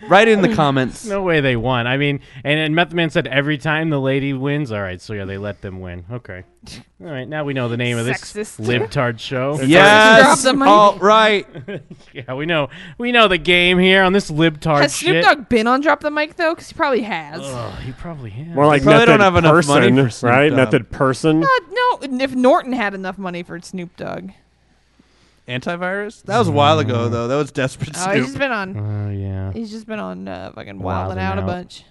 Right in the comments. No way they won. I mean, and, and Method Man said every time the lady wins. All right, so yeah, they let them win. Okay. All right, now we know the name of this Sexist. libtard show. Drop Yes. the mic. All right. yeah, we know. We know the game here on this libtard Has Snoop shit. Dogg been on Drop the Mic though? Because he probably has. Ugh, he probably has. More like Probably method don't have enough person, money for Snoop right? Dogg. Method person. Uh, no, and if Norton had enough money for Snoop Dogg, Antivirus. That was a while ago though. That was desperate. oh, he's Snoop. just been on. Oh yeah. He's just been on uh, fucking Wildin' wilding out, Out. a bunch.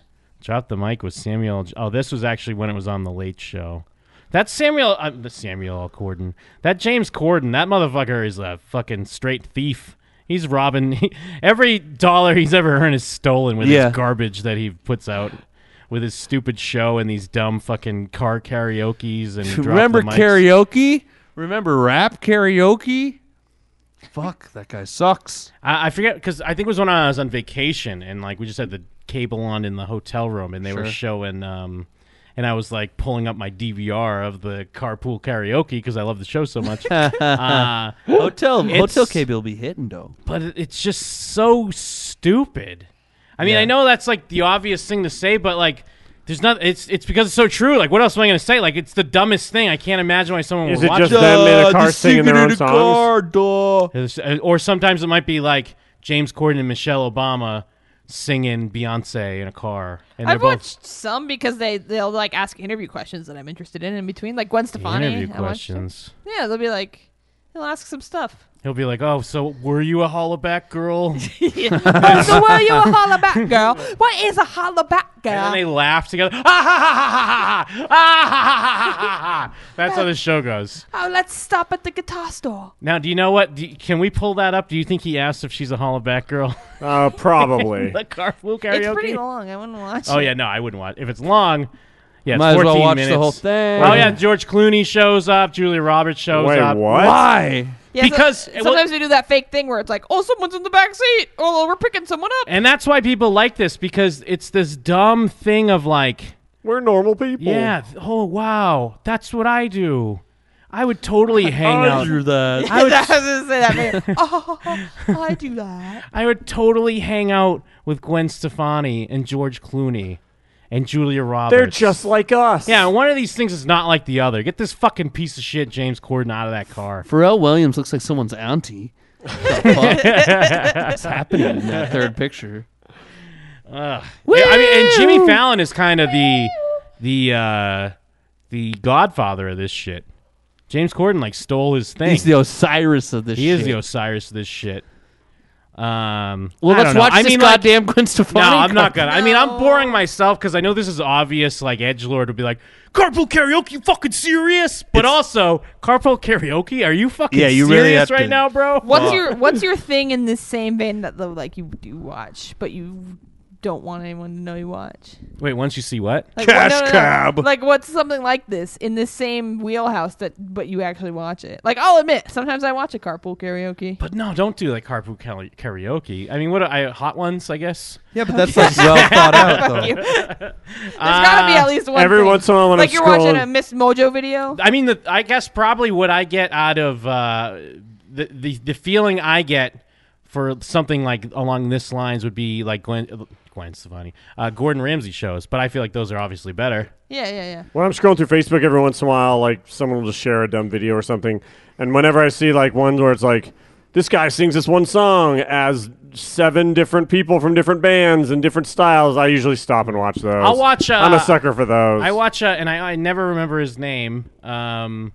Drop the mic with Samuel. J- Oh, this was actually when it was on the Late Show. That Samuel, uh, the Samuel L. Corden, that James Corden, that motherfucker is a fucking straight thief. He's robbing every dollar he's ever earned is stolen with Yeah. his garbage that he puts out. With his stupid show and these dumb fucking car karaoke's and drop Remember the mics. karaoke? Remember rap karaoke? Fuck, that guy sucks. I, I forget because I think it was when I was on vacation and like we just had the cable on in the hotel room and they were Sure. showing, um, and I was like pulling up my DVR of the carpool karaoke because I love the show so much. uh, Hotel hotel It's- cable be hitting though. but it- it's just so stupid. I mean, I know that's like the obvious thing to say, but like. There's not. It's it's because it's so true. Like, what else am I going to say? Like, it's the dumbest thing. I can't imagine why someone Is would it watch just it. them in Duh, a car the singing their secret own in the songs? car, duh. It's- uh, Or sometimes it might be like James Corden and Michelle Obama singing Beyonce in a car, and they're I've both watched some because they they'll like ask interview questions that I'm interested in in between, like Gwen Stefani. interview I watched her. questions. Yeah, they'll be like, they'll ask some stuff. He'll be like, "Oh, so were you a hollaback girl?" oh, so were you a holla back girl? What is a holla back And then girl? they laugh together. Ah, ha, ha, ha, ha, ha, ha. Ah, ha, ha, ha, ha, ha, ha. That's how the show goes. Oh, let's stop at the guitar store. Now, do you know what? Do you- can we pull that up? Do you think he asked if she's a hollaback girl? Uh, probably. the carpool karaoke. It's pretty long. I wouldn't watch. Oh it. yeah, no, I wouldn't watch. If it's long, yeah, it's Might as well 14 watch minutes. the whole thing. Oh yeah, George Clooney shows up, Julia Roberts shows Wait, up. what? Why? Yeah, Because- so- well- sometimes we do that fake thing where it's like, oh, someone's in the back seat. Oh, we're picking someone up. And that's why people like this because it's this dumb thing of like, We're normal people. yeah, th- oh wow, that's what I do. I would totally hang I out. do that. I was gonna say that. man. Oh, I do that. I would totally hang out with Gwen Stefani and George Clooney and Julia Roberts. They're just like us. Yeah, one of these things is not like the other. Get this fucking piece of shit James Corden out of that car. Pharrell Williams looks like someone's auntie. What's happening in that third picture? Ugh. Yeah, I mean, and Jimmy Fallon is kind of the the uh, the godfather of this shit. James Corden like stole his thing. He's the Osiris of this He is the shit. Osiris of this shit. Um, Well, I let's don't know. watch I this mean, like- goddamn Gwen Stefani. No, I'm not cover. gonna. I mean, I'm boring myself because I know this is obvious. Like Edge Lord would be like, "Carpool karaoke, you fucking serious?" But also, carpool karaoke, are you fucking Yeah, you really serious have right to- now, bro? What's Fuck. your What's your thing in this same vein that though, like you do watch, but you don't want anyone to know you watch? wait? Once you see what Like, what- no, no, no. Like what's something like this in this same wheelhouse that, but you actually watch it? Like I'll admit, sometimes I watch a carpool karaoke. But no, don't do like carpool kara- karaoke. I mean, what? Are, I hot ones, I guess. Yeah, but that's, like, well thought out, though. Fuck you. There's There's gotta be at least one. every thing. once in a while when like I'm you're watching scrolling- a Miss Mojo video. I mean, the, I guess probably what I get out of uh, the, the the feeling I get for something like along this lines would be like Gwen Gwen Stefani, uh, Gordon Ramsay shows, but I feel like those are obviously better. Yeah, yeah, yeah. When I'm scrolling through Facebook every once in a while, like someone will just share a dumb video or something, and whenever I see like ones where it's like, this guy sings this one song as seven different people from different bands and different styles, I usually stop and watch those. I'll watch. Uh, I'm a sucker for those. I watch, uh, and I, I never remember his name. Um,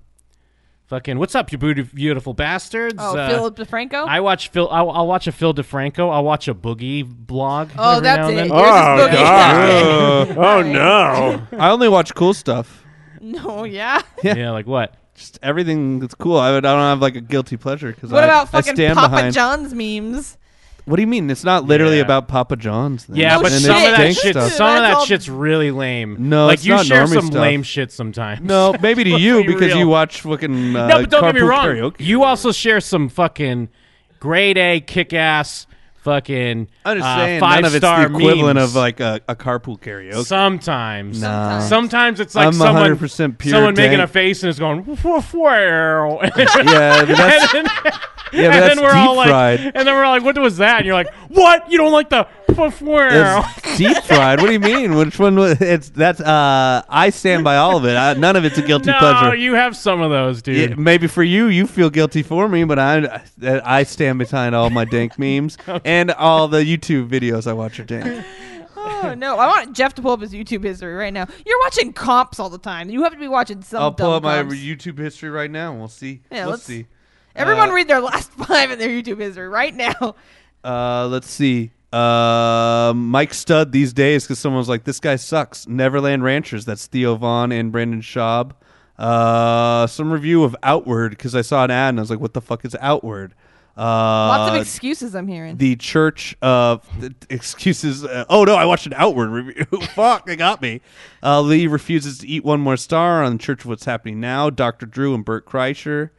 fucking, what's up, you beauti- beautiful bastards? Oh, Uh, Philip DeFranco. I watch Phil. I'll, I'll watch a Phil DeFranco. I'll watch a Boogie blog. Oh, every that's now and it. then. Yours is Oh, Boogie. God. Oh, no. I only watch cool stuff. no, yeah. Yeah. like what? Just everything that's cool. I, would, I don't have like a guilty pleasure because What I, about I fucking stand Papa behind. John's memes? What do you mean? It's not literally Yeah. about Papa John's. Then. Yeah, but And it's some of that dank shit, stuff. some of that all- shit's really lame. No, like it's you not share normie some stuff. lame shit sometimes. No, maybe to Let's you be because real. you watch fucking. Uh, no, but don't get me Carpool wrong. Karaoke. You also share some fucking grade A kick ass fucking I'm just uh, saying, five none of it's star the equivalent memes. of like a, a carpool karaoke. Sometimes. Nah. Sometimes it's like I'm someone, 100% pure someone making a dank. face and it's going, "Well." and Yeah, but that's- then, Yeah, but and that's then we're all deep like, fried. and then we're like, what was that? And you're like, what? You don't like the "Well." It's deep fried. What do you mean? Which one? Was, it's that's. Uh, I stand by all of it. I, none of it's a guilty No, pleasure. you have some of those, dude. Yeah, maybe for you, you feel guilty for me, but I I stand behind all my dank memes and all the YouTube videos I watch are dank. Oh no! I want Jeff to pull up his YouTube history right now. You're watching comps all the time. You have to be watching some. I'll pull dumb up my comps. YouTube history right now and we'll see. Yeah, let's let's- see. Everyone uh, read their last five in their YouTube history right now. Uh, let's see. Uh, Mike Stud these days because someone's like, this guy sucks. Neverland Ranchers. That's Theo Vaughn and Brandon Schaub. Uh, some review of Outward because I saw an ad and I was like, what the fuck is Outward? Uh, Lots of excuses I'm hearing. the church of the excuses. Uh, oh no, I watched an outward review. Fuck, they got me. Uh, Lee refuses to eat one more star on the Church of What's Happening Now. Doctor Drew and Bert Kreischer.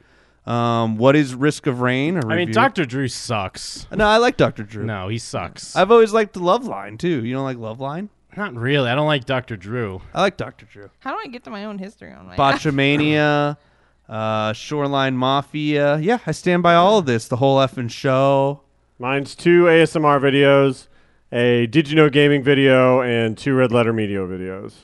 Um, what is Risk of Rain? A I mean, review. Dr. Drew sucks. No, I like Doctor Drew. No, he sucks. I've always liked Love Line too. You don't like Love Line? Not really. I don't like Dr. Drew. I like Doctor Drew. How do I get to my own history on my? Botchamania, uh, Shoreline Mafia. Yeah, I stand by all of this. The whole effing show. Mine's two ASMR videos, a Did You Know Gaming video, and two Red Letter Media videos.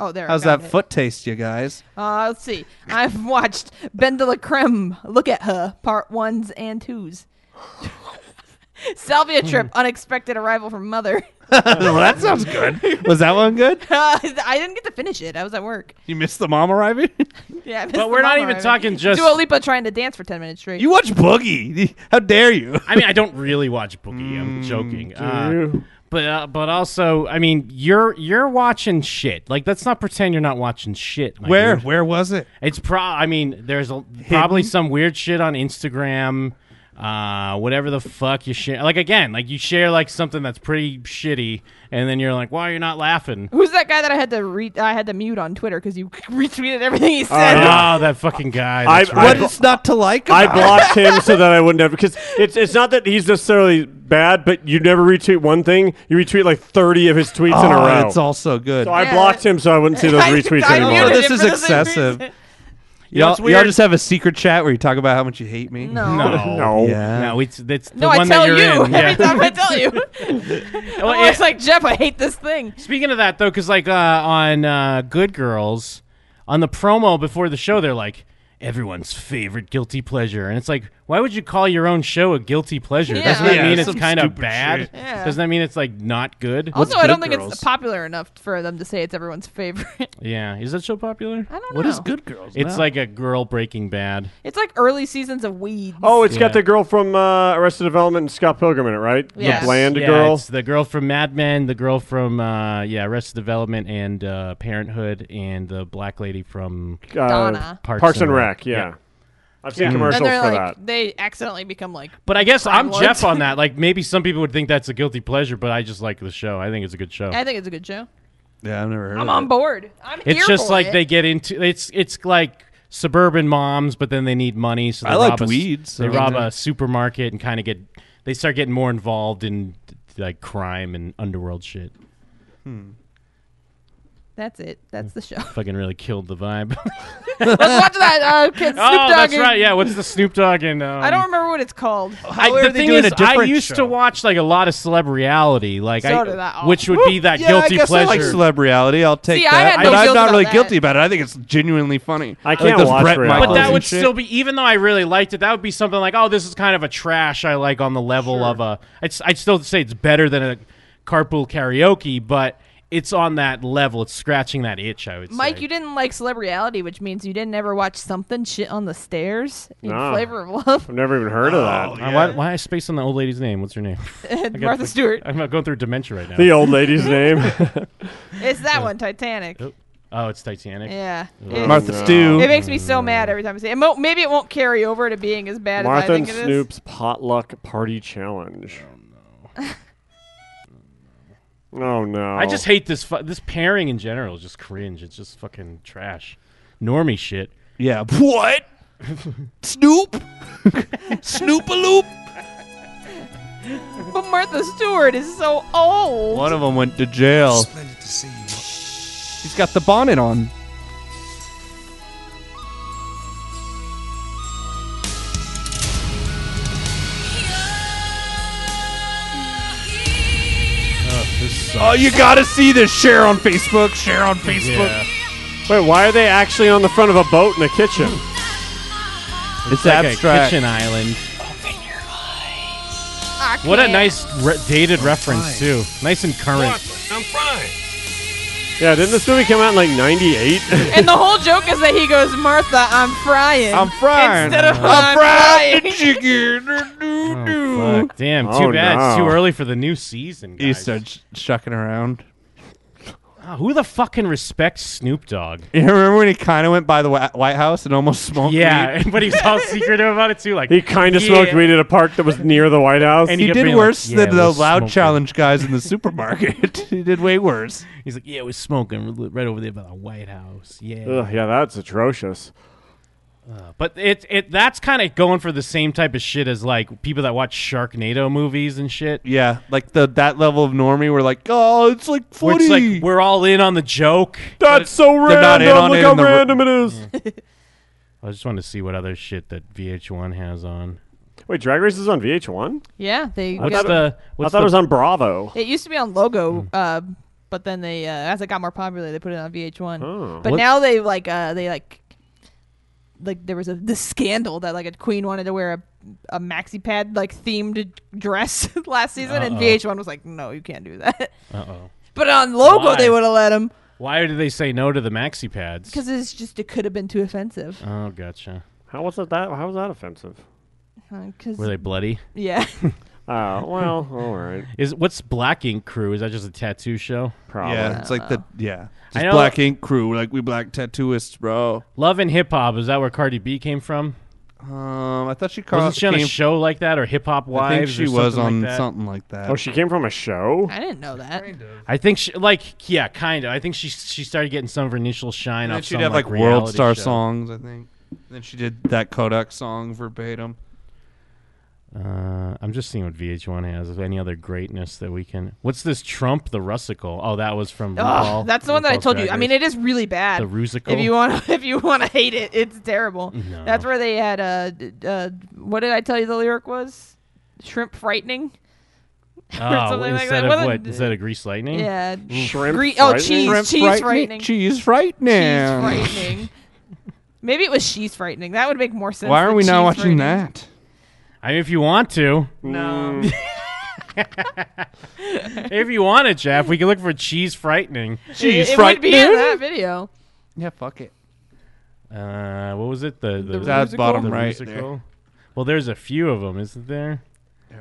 Oh, there. I How's found that it. foot taste, you guys? Uh, let's see. I've watched Ben de la Creme, Look at Her, part ones and twos. Salvia Hmm. Trip, Unexpected Arrival from Mother. well, that sounds good. Was that one good? I didn't get to finish it. I was at work. You missed the mom arriving? Yeah, I missed But the we're not mom even arriving. talking just- Dua Lipa trying to dance for 10 minutes straight. You watch Boogie. How dare you? I mean, I don't really watch Boogie. Mm, I'm joking. Uh, you? but uh, but also, I mean, you're you're watching shit. Like, let's not pretend you're not watching shit. my Where? dude. Where was it? It's pro. I mean, there's a, probably Hidden? some weird shit on Instagram. Uh, whatever the fuck you share. Like again, like you share like something that's pretty shitty, and then you're like, why are you not laughing? Who's that guy that I had to re- I had to mute on Twitter because you retweeted everything he said? yeah. Oh, that fucking guy. I- That's I- right. What is not to like? I about it? blocked him so that I wouldn't have because it's it's not that he's necessarily bad, but you never retweet one thing. You retweet like thirty of his tweets in a Oh, row. It's all so good. so I blocked him so I wouldn't see those I- retweets I anymore. muted This him is for the same excessive. reason. You know, Y'all, it's y'all weird. just have a secret chat where you talk about how much you hate me. No. No. Yeah. No, it's- it's No, I tell you every yeah. time I tell you. I'm always like Jeff, I hate this thing. Speaking of that, though, because like uh, on uh, Good Girls, on the promo before the show, they're like everyone's favorite guilty pleasure, and it's like, why would you call your own show a guilty pleasure? Yeah. Doesn't that Yeah, mean it's it's some kind of stupid bad? shit. Yeah. Doesn't that mean it's like not good? Also, I don't think it's popular enough for them to say it's everyone's favorite. Yeah, is that show popular? I don't What is know. Good Girls? It's No. like a girl Breaking Bad. It's like early seasons of Weeds. Oh, it's Yeah. got the girl from uh, Arrested Development and Scott Pilgrim in it, right? Yes. The bland yeah, girl. It's the girl from Mad Men, the girl from uh, yeah Arrested Development and uh, Parenthood, and the black lady from Uh, Parks, and Rec. Yeah. I've seen Yeah. commercials and they're for like that. they accidentally become like. But I guess crime I'm lords. Jeff on that. Like maybe some people would think that's a guilty pleasure, but I just like the show. I think it's a good show. I think it's a good show. Yeah, I've never heard. I'm on board. I'm It's here just for like it. they get into it's it's like suburban moms, but then they need money, so they I rob liked a, s- Weeds, so- They rob Yeah. a supermarket and kind of get they start getting more involved in like crime and underworld shit. That's it. That's the show. Fucking really killed the vibe. Let's watch that. Uh, kid, Snoop oh, Dogg that's and- right. Yeah, Oh, what's the Snoop Dogg and um, I don't remember what it's called. I, the thing is, I used to show? watch like a lot of celeb reality, like So I, did I. which would be that Yeah, guilty I guess pleasure. I like celeb reality. I'll take See, I that, had no but I'm guilt not about really that. guilty about it. I think it's genuinely funny. I can't like those watch Brett but reality. Michaels that and would shit. still be, even though I really liked it, that would be something like, oh, this is kind of a trash I like on the level of a. I'd, s- I'd still say it's better than a carpool karaoke, but it's on that level. It's scratching that itch. I would say. Mike, you didn't like Celebrity Reality, which means you didn't ever watch something shit on the stairs in Nah. Flavor of Love. I've never even heard of that. Uh, why, why I spaced on the old lady's name? What's her name? I got- Martha Stewart. I'm not going through dementia right now. The old lady's name. It's that one, Titanic. Oh, it's Titanic. Yeah, Ugh. It- It makes me so mad every time I see it. Mo- Maybe it won't carry over to being as bad as Martha I and think it is. Snoop's potluck party challenge. Oh no! I just hate this. Fu- this pairing in general is just cringe. It's just fucking trash, normie shit. Yeah. What? Snoop? Snoopaloop? But Martha Stewart is so old. One of them went to jail. Splendid to see you. He's got the bonnet on. Oh, you gotta see this. Share on Facebook. Share on Facebook. Wait, why are they actually on the front of a boat in a kitchen? It's, like a abstract. kitchen island. I What a can't. nice re- dated reference too. Nice and current. I'm fine. Yeah, didn't this movie come out in like '98? And the whole joke is that he goes, Martha, I'm frying. I'm frying. Instead of I'm, I'm frying. Oh, fuck. Damn. Too Oh, bad. It's too no. early for the new season. He Guys. starts sh- shucking around. Ah, who the fucking respects Snoop Dogg? You remember when he kind of went by the Whi- White House and almost smoked? Yeah, weed? but he's all secretive about it too. Like He kind of smoked yeah. weed at a park that was near the White House. he did worse than the loud challenge guys in the supermarket. he did way worse. He's like, yeah, we're smoking right over there by the White House. Yeah. Ugh, yeah, that's atrocious. But it it that's kind of going for the same type of shit as like people that watch Sharknado movies and shit. Yeah, like the that level of normie, we're like, oh, it's like Where funny. it's like we're all in on the joke. That's so They're not in on random. Look it how in the r- random it is. I just wanted to see what other shit that VH1 has on. Wait, Drag Race is on VH1? Yeah, they I got- thought, I thought it was on Bravo. It used to be on Logo, uh, but then they, uh, as it got more popular, they put it on VH1. Oh. But What- now they like, uh, they like, like there was a this scandal that like a queen wanted to wear a, a maxi pad like themed dress last season, and Uh-oh. VH1 was like, no, you can't do that. Uh oh. But on Logo, they would have let him Why did they say no to the maxi pads? because it's just it could have been too offensive. Oh, gotcha. How was it that? How was that offensive? Because Were they bloody? uh, Yeah. Oh well, all right. Is what's Black Ink Crew? Is that just a tattoo show? Probably. Yeah, it's like the yeah, I just know- black ink crew, like we black tattooists, bro. Love and Hip Hop. Is that where Cardi B came from? Um, I thought she called. Wasn't she on a show like that or Hip Hop I Wives? think she or was something on like that? something like that. Oh, she came from a show. I didn't know that. I think she like yeah, kind of. I think she she started getting some of her initial shine And off. then she'd some, have like, world reality star show. songs, I think. Then she did that Kodak song verbatim. Uh, I'm just seeing what VH1 has. If any other greatness that we can. What's this Trump the Rusical? Oh, that was from. Ugh, RuPaul- that's the one that I RuPaul's told Drag you. I Race. mean, it is really bad. The Rusical. If you want, to if you want to hate it, it's terrible. No. That's where they had uh, d- uh, what did I tell you the lyric was? Shrimp frightening. Or Oh, something like instead that. of Wasn't- what? Instead of Grease Lightning? Yeah, Shrimp Gre- oh, frightening? cheese, cheese frightening. Cheese frightening. She's frightening. Maybe it was she's frightening. That would make more sense. Why are than we not she's frightening. watching that? I mean, if you want to. No. if you want it, Jeff, we can look for Cheese Frightening. it, it would be in that video. Yeah, fuck it. Uh, what was it? The, The the, That's musical? bottom the right musical? Well, there's a few of them, isn't there?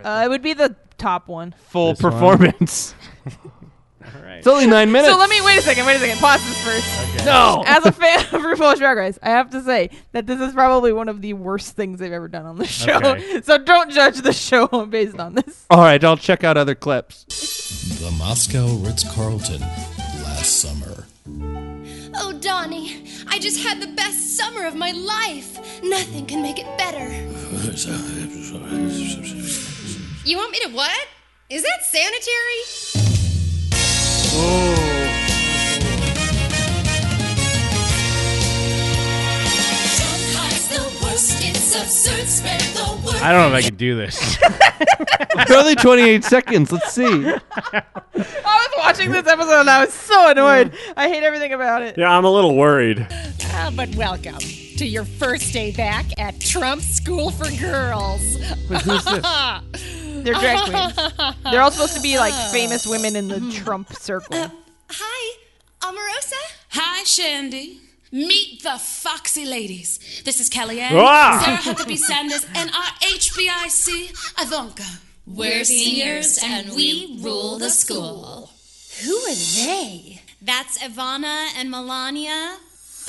Uh, it would be the top one. Full This one? performance. All right. It's only nine minutes. So let me wait a second. Wait a second. Pause this first. Okay. No. As a fan of RuPaul's Drag Race, I have to say that this is probably one of the worst things they've ever done on the show. Okay. So don't judge the show based on this. Oh. All right, I'll check out other clips. The Moscow Ritz Carlton last summer. Oh, Donnie, I just had the best summer of my life. Nothing can make it better. You want me to what? Is that sanitary? Oh, Shortcuts, the worst, it's absurd, spread the word. I don't know if I could do this. It's only 28 seconds. Let's see. I was watching this episode and I was so annoyed. I hate everything about it. Yeah, I'm a little worried. Ah, but welcome to your first day back at Trump School for Girls. Wait, who's this? They're drag queens. They're all supposed to be like famous women in the Mm-hmm. Trump circle. Hi, Omarosa. Hi, Shandy. Meet the foxy ladies. This is Kellyanne, Ah! Sarah Huckabee Sanders, and our HBIC Ivanka. We're seniors and we rule the school. Who are they? That's Ivana and Melania.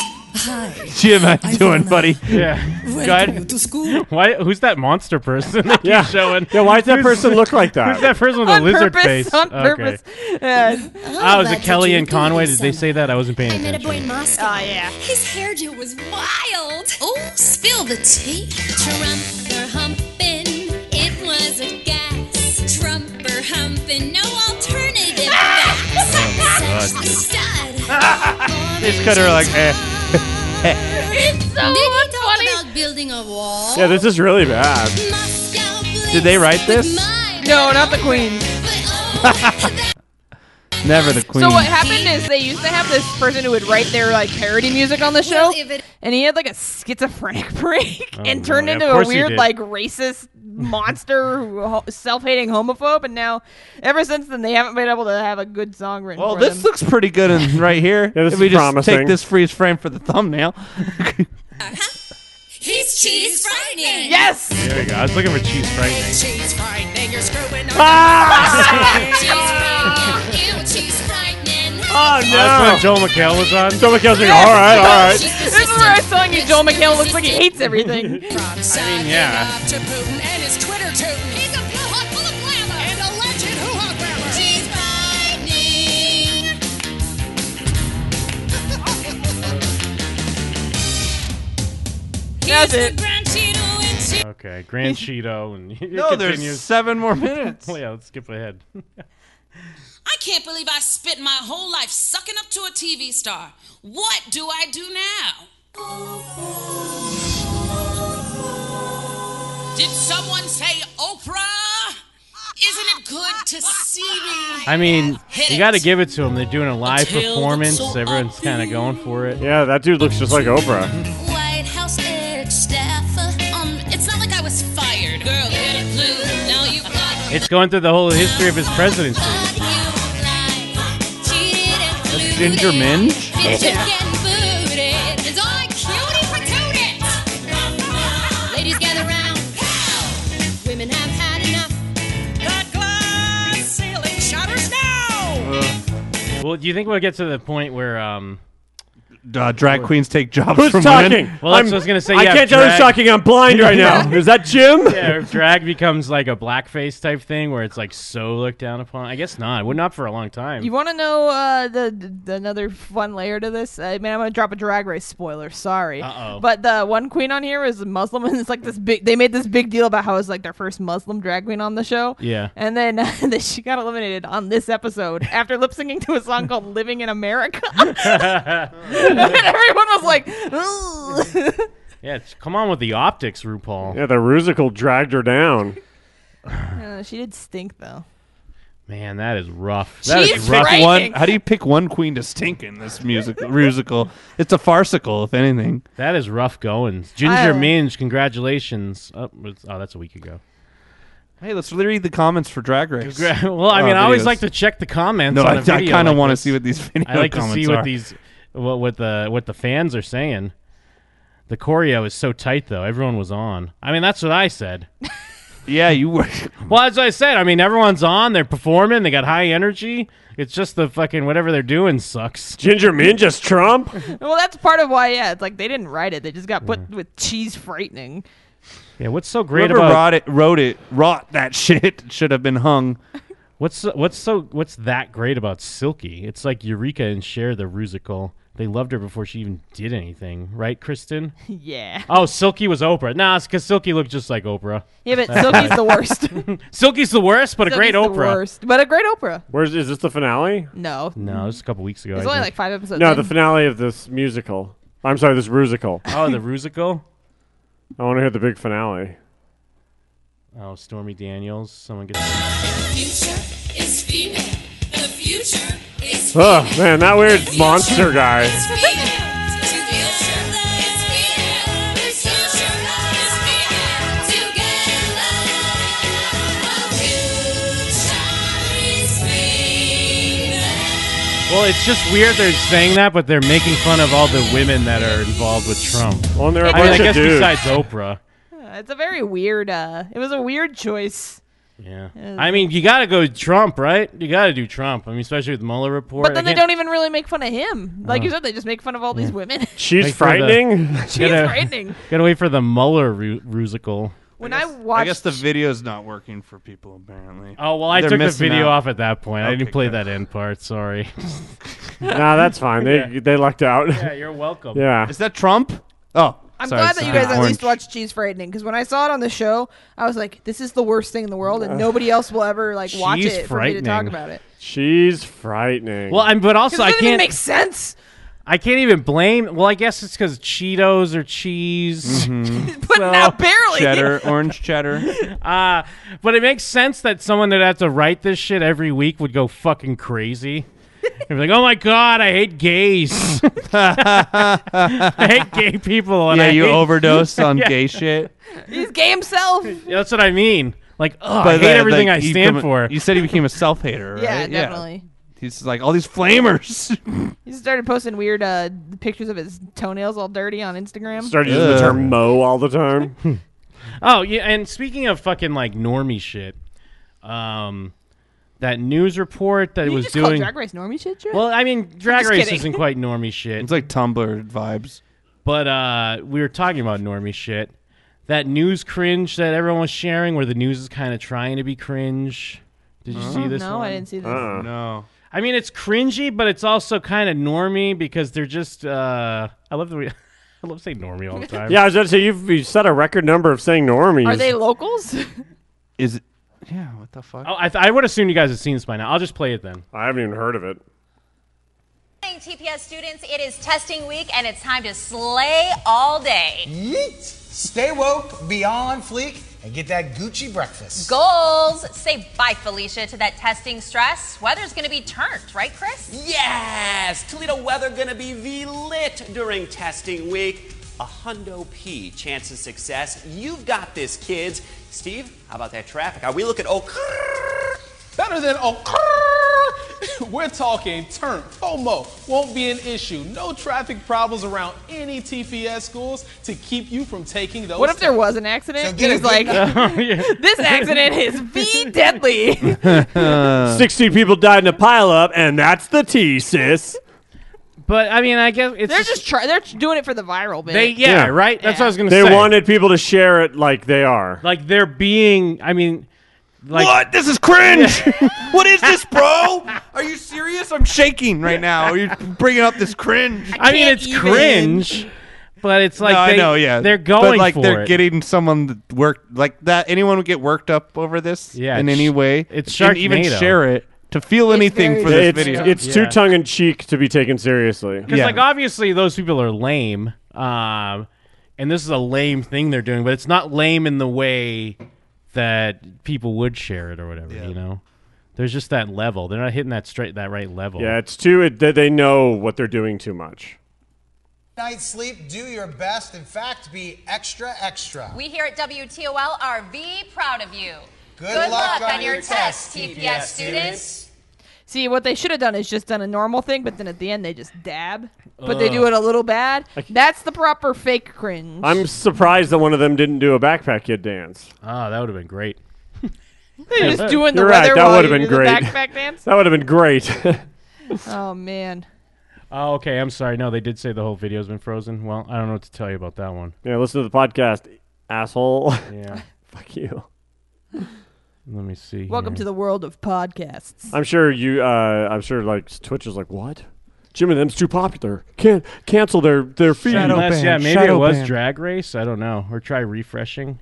Hi. Jim, how you doing, buddy? Yeah. Welcome to school. Why? Who's that monster person? That yeah. Yeah. Showing. Yeah, why does that Who's- person look like that? Who's that person with a On lizard purpose, face? on Okay. purpose. Yes. Oh, is it Kelly and Conway? Did they say that? I wasn't paying I met a attention. boy in Moscow. Oh, yeah. His hairdo was wild. Oh, spill the tea. Trumper humping. It was a gas. Trumper humping. No alternative. God, Oh, facts. Such dude. the stud. It's kind of like, eh. It's so Did he talk about building a wall? Yeah, this is really bad. Did they write this? No, not the queen. oh, Never the queen. So what happened is they used to have this person who would write their like parody music on the show, and he had like a schizophrenic break Oh, and turned boy. into Of a course he weird did. like racist monster, who- ho- self-hating homophobe. And now, ever since then, they haven't been able to have a good song written. well, for this them. looks pretty good in, right here. Yeah, if this is we just promising. take this freeze frame for the thumbnail. He's cheese frightening. Yes. There we go. I was looking for cheese frightening. Cheese frightening, you're screwing up. Ah! cheese frightening, cheese frightening. Oh Uh, That's when Joel McHale was on. Joel McHale's like, Yes. all right, all right. This is where I was telling you, Joel McHale looks like he hates everything. I mean, yeah. To Putin and his Twitter tootin'. He's a blowhard full of glamour. And a legend who hot glamour. Cheese frightening. That's it. Okay, Grand Cheeto and it No, there's continues. seven more minutes. well, yeah, let's skip ahead. I can't believe I spent my whole life sucking up to a TV star. What do I do now? Did someone say Oprah? Isn't it good to see me? I mean, Hit you it. got to give it to him. They're doing a live Until the performance. soul Everyone's kind of going for it. Yeah, that dude looks just like Oprah. White House edge staffer. Um, it's not like I was fired. Girl, get it blue. Now you got It's going through the whole history of his presidency. That's Ginger Minge. booted. It's all like cutie patooted. Ladies gather round. Women have had enough. The glass ceiling shatters now. Well, do you think we'll get to the point where um, uh, drag queens take jobs Who's from talking? women. Well, that's what I was gonna say, I yeah, can't tell who's drag- talking. I'm blind right now. Is that Jim? Yeah, if drag becomes like a blackface type thing where it's like so looked down upon. I guess not. Well, not for a long time. You want to know uh, the, the another fun layer to this? I mean, I'm gonna drop a drag race spoiler. Sorry, Uh-oh. but the one queen on here was Muslim, and it's like this big. They made this big deal about how it was like their first Muslim drag queen on the show. Yeah. and then that she got eliminated on this episode after lip syncing to a song called "Living in America," and everyone was like, "Ooh." yeah, it's- come on with the optics, RuPaul. Yeah, the rusical dragged her down. Uh, she did stink though. Man, that is rough. That is She's rough. frightening. One, how do you pick one queen to stink in this musical? musical? It's a farcical, if anything. That is rough going. I Ginger like- Minge, congratulations. Oh, it's- oh, that's a week ago. Hey, let's read the comments for Drag Race. Congra- well, I Uh, mean, I always videos. like to check the comments. No, on I- a I video kinda like wanna this. see what these video I like to see comments what are. these what, what the what the fans are saying. The choreo is so tight, though. Everyone was on. I mean, that's what I said. yeah, you were. Well, that's what I said. I mean, everyone's on. They're performing. They got high energy. It's just the fucking whatever they're doing sucks. Ginger Minge is Trump. Well, that's part of why. Yeah, it's like they didn't write it; they just got put Mm. with cheese frightening. Yeah, what's so great Whoever about wrote it, wrote it, wrought that shit should have been hung. What's what's so what's that great about Silky? It's like Eureka and Cher the Rusical. They loved her before she even did anything, right, Kristen? Yeah. Oh, Silky was Oprah. Nah, it's because Silky looked just like Oprah. Yeah, but That's Silky's why. the worst. Silky's the worst, but a great Silky's the Oprah. worst, but a great Oprah. Where's is this the finale? No. No, this is a couple weeks ago. There's I only like think. five episodes. No, in. the finale of this musical. I'm sorry, this rusical. Oh, the Rusical. I want to hear the big finale. Oh, Stormy Daniels. Someone gets. future is female. The future is Oh man, that weird monster guy. Well, it's just weird they're saying that, but they're making fun of all the women that are involved with Trump. Well, and they're a I mean, bunch I of guess dudes. besides Oprah. Uh, it's a very weird. Uh, it was a weird choice. Yeah. Yeah. I mean, you got to go Trump, right? You got to do Trump. I mean, especially with the Mueller report. But then I they can't- don't even really make fun of him. Like you Oh. said, they just make fun of all these women. She's for the- frightening. She's gotta- frightening. Gotta wait for the Mueller ru- rusical. When I, I watched, guess the video's not working for people apparently. Oh well, I They're took the missing video out. off at that point. I didn't play that end part. Sorry. nah, that's fine. They they lucked out. Yeah, you're welcome. Yeah. Is that Trump? Oh, I'm sorry, glad that sorry. you guys at Orange. least watched Cheese Frightening because when I saw it on the show, I was like, "This is the worst thing in the world," and nobody else will ever like watch Cheese it for me to talk Frightening. about it. She's frightening. Well, I'm, but also Because it I doesn't even can't. make sense. I can't even blame. Well, I guess it's because Cheetos or cheese. But not barely. cheddar, orange cheddar. Uh, but it makes sense that someone that had to write this shit every week would go fucking crazy. They'd be like, "Oh my god, I hate gays. I hate gay people." And yeah, I you hate- overdosed on Yeah. gay shit. He's gay himself. Yeah, that's what I mean. Like, ugh, I But, hate uh, everything like, I you stand become- for. You said he became a self hater, right? Yeah, definitely. He's like all these flamers. He started posting weird uh, pictures of his toenails all dirty on Instagram. Started using the Ugh. term "mo" all the time. Oh yeah, and speaking of fucking like normie shit, um, that news report that it you was just call doing. Drag Race normie shit, Drew? well, I mean, Drag just Race kidding. isn't quite normie shit, it's like Tumblr vibes. but uh, we were talking about normie shit. That news cringe that everyone was sharing, where the news is kind of trying to be cringe. Did you see this? Mm-hmm. no, one? I didn't see this. No. I mean, it's cringy, but it's also kind of normie because they're just. Uh, I love the way. I love saying normie all the time. Yeah, I was about to say you've you set a record number of saying normies. Are they locals? Is it? Yeah. What the fuck? Oh, I, th- I would assume you guys have seen this by now. I'll just play it then. I haven't even heard of it. Morning, TPS students. It is testing week and it's time to slay all day. Yeet. Stay woke, be on fleek, and get that Gucci breakfast. Goals! Say bye, Felicia, to that testing stress. Weather's gonna be turned, right, Chris? Yes, Toledo weather gonna be V lit during testing week. A hundo P chance of success. You've got this, kids. Steve, how about that traffic? Are we looking oh, okay? Better than oh, we're talking turn. FOMO won't be an issue. No traffic problems around any TPS schools to keep you from taking those. what if there was an accident? get He's a like, good- Oh, this accident is V deadly. Sixteen people died in a pileup, and that's the T, sis. But I mean, I guess it's they're just try- they're doing it for the viral bit. They- yeah, right? That's what I was gonna they say. They wanted people to share it like they are. like they're being. I mean, like What? This is cringe. what is this, bro? Are you serious? I'm shaking right now. You're bringing up this cringe. I, mean, it's cringe, but it's like no, they, I know, yeah. they're But, going like for they're it. getting someone that worked like that. Anyone would get worked up over this, Yeah, in it's- any way. it's and even Sharknado. share it to feel anything for this it's video. it's too tongue in cheek to be taken seriously. Because like obviously those people are lame, um, and this is a lame thing they're doing, but it's not lame in the way that people would share it or whatever. You know, there's just that level. They're not hitting that straight that right level. yeah, it's too. It, they- they know what they're doing too much. Night sleep, do your best. In fact, be extra, extra. We here at WTOL are V proud of you. Good luck on your test, tests, TPS TPS students. See, what they should have done is just done a normal thing, but then at the end they just dab. But they do it a little bad. That's the proper fake cringe. I'm surprised that one of them didn't do a backpack kid dance. Oh, that would have been great. They're just doing the You're right. weather That while would have you do been the great. backpack dance. that would have been great. oh man. Oh, okay. I'm sorry. No, they did say the whole video's been frozen. Well, I don't know what to tell you about that one. yeah, listen to the podcast, asshole. Yeah. Fuck you. Let me see. Welcome to the world of podcasts. I'm sure you. Uh, I'm sure like Twitch is like what? Jim and them's too popular. Can't cancel their their feed. Unless, yeah, maybe it was Drag Race. I don't know. Or try refreshing.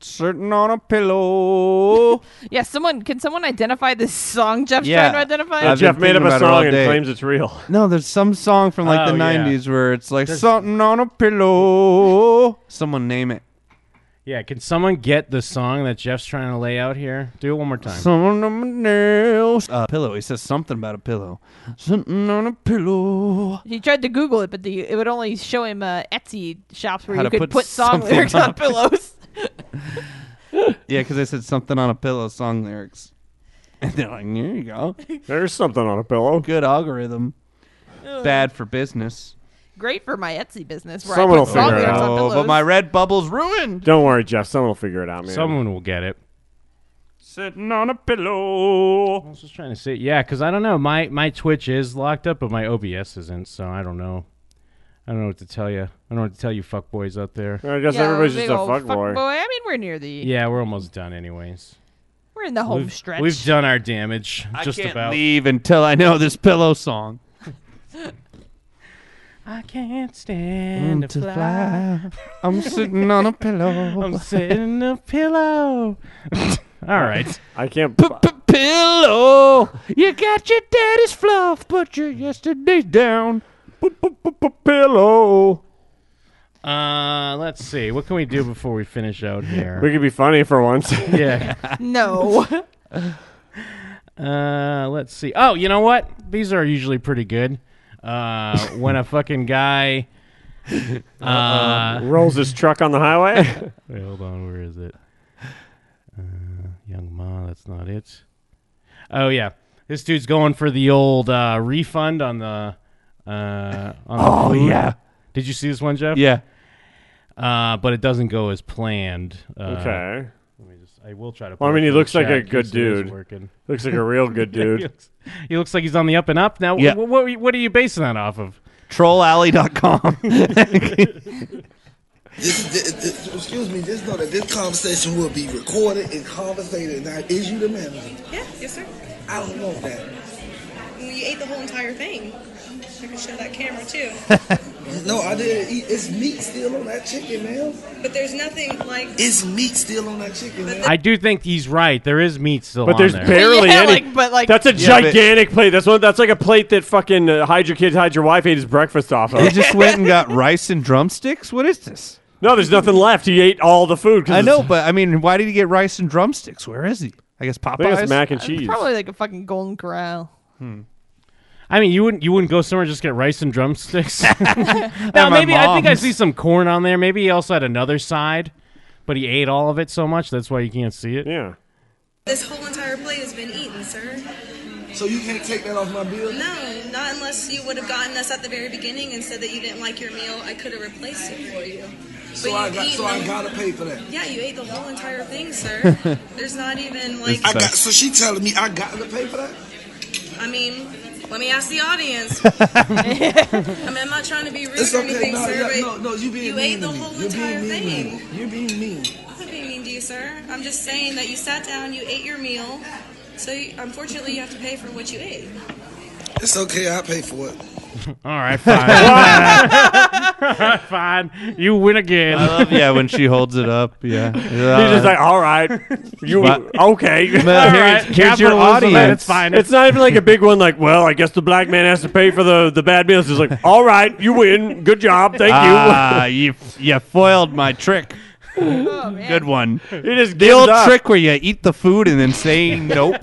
Sitting on a pillow. Yeah, someone can someone identify this song Jeff's trying Yeah. to identify? I've Jeff been made up thinking a about it all song and day. claims it's real. No, there's some song from like Oh, the yeah. '90s where it's like There's- something on a pillow. Someone name it. Yeah, can someone get the song that Jeff's trying to lay out here? Do it one more time. Someone on my nails. Uh, pillow. He says something about a pillow. Something on a pillow. He tried to Google it, but the, it would only show him uh, Etsy shops where How you to could put put song something lyrics on on a- pillows. Yeah, because I said something on a pillow song lyrics. And they're like, here you go. There's something on a pillow. Good algorithm. Bad for business. Great for my Etsy business. Where Someone I will put song figure it lyrics on out. Oh, pillows. but my red bubble's ruined. Don't worry, Jeff. Someone will figure it out, man. Someone will get it. Sitting on a pillow. I was just trying to see. Yeah, because I don't know. My my Twitch is locked up, but my OBS isn't. So I don't know. I don't know what to tell you. I don't know what to tell you, fuckboys out there. I guess Yeah, everybody's big just a old fuckboy. fuckboy. I mean, we're near the Yeah, we're almost done, anyways. we're in the home We've, stretch. we've done our damage. I just can't about. leave until I know this pillow song. I can't stand Mm, to to fly. I'm sitting on a pillow. I'm sitting on a pillow. All right. I can't. pillow. You got your daddy's fluff, but your yesterday's down. Pillow. Uh, let's see. What can we do before we finish out here? We could be funny for once. yeah. no. Uh, let's see. Oh, you know what? These are usually pretty good. Uh, when a fucking guy. Uh, Rolls his truck on the highway. wait, hold on. Where is it? Uh, young Ma, that's not it. Oh yeah, this dude's going for the old uh, refund on the. Uh, on the Oh, food. yeah. Did you see this one, Jeff? Yeah. Uh, but it doesn't go as planned. Uh, okay. Let me just. I will try to. Well, I pull mean, it he from the looks like chat a in good case it is dude. working. Looks like a real good Yeah, he dude. looks, he looks like he's on the up and up. Now, Yeah. wh- what, what are you basing that off of? Trollalley.com. This, th- th- excuse me, just know that this conversation will be recorded and conversated, and I is you the manager. Yeah, yes, sir. I don't want that. You ate the whole entire thing. I can show that camera too. No, I didn't eat. It's meat still on that chicken, man. But there's nothing like. It's meat still on that chicken, man. I do think he's right. There is meat still But on there's there. barely Yeah, any. like- but, like- that's uh, a Yeah, but- gigantic plate. That's one. That's like a plate that fucking uh, hide your kids, hide your wife ate his breakfast off He of. just went and got rice and drumsticks. What is this? no, there's nothing left. He ate all the food. 'cause I know, it's- but I mean, why did he get rice and drumsticks? Where is he? I guess Popeyes. I think it's mac and cheese. uh, Probably like a fucking golden corral. I mean, you wouldn't you wouldn't go somewhere and just get rice and drumsticks. my now maybe I think I mom's. see some corn on there. Maybe he also had another side, but he ate all of it so much that's why you can't see it. Yeah. This whole entire plate has been eaten, sir. So you can't take that off my bill? No, not unless you would have gotten us at the very beginning and said that you didn't like your meal. I could have replaced it for you. So But I you've got, so eaten I the- gotta pay for that. Yeah, you ate the whole entire thing, sir. There's not even like. I got. So she telling me I got to pay for that? I mean, Let me ask the audience. I mean, I'm not trying to be rude It's or okay. anything, No, sir, yeah, but no, no, you being ate mean the to me. whole You're being entire mean to me. thing. You're being mean. I'm not being mean to you, sir. I'm just saying that you sat down, you ate your meal, so you, unfortunately you have to pay for what you ate. It's okay. I pay for it. All right, fine. All right, fine. You win again. I love, yeah, when she holds it up. Yeah. He's He's just like, all right, you Uh. But- okay? But all here's- right, here's your capitalism, audience. It's fine. It's not even like a big one. Like, well, I guess the black man has to pay for the the bad meals. It's like, all right, you win. Good job. Thank ah, you. you you foiled my trick. Oh, Good one. He just the old gives up. trick where you eat the food and then say nope.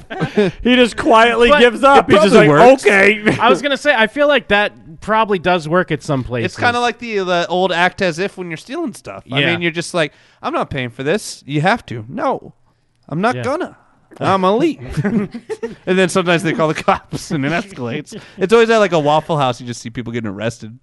he just quietly But gives up. it He's just probably like, works. okay. I was gonna say, I feel like that probably does work at some places. It's kind of like the, the old act as if when you're stealing stuff. I Yeah. mean, you're just like, I'm not paying for this. You have to. No, I'm not Yeah. gonna. I'm elite. and then sometimes they call the cops and it escalates. It's always at like a Waffle House. You just see people getting arrested.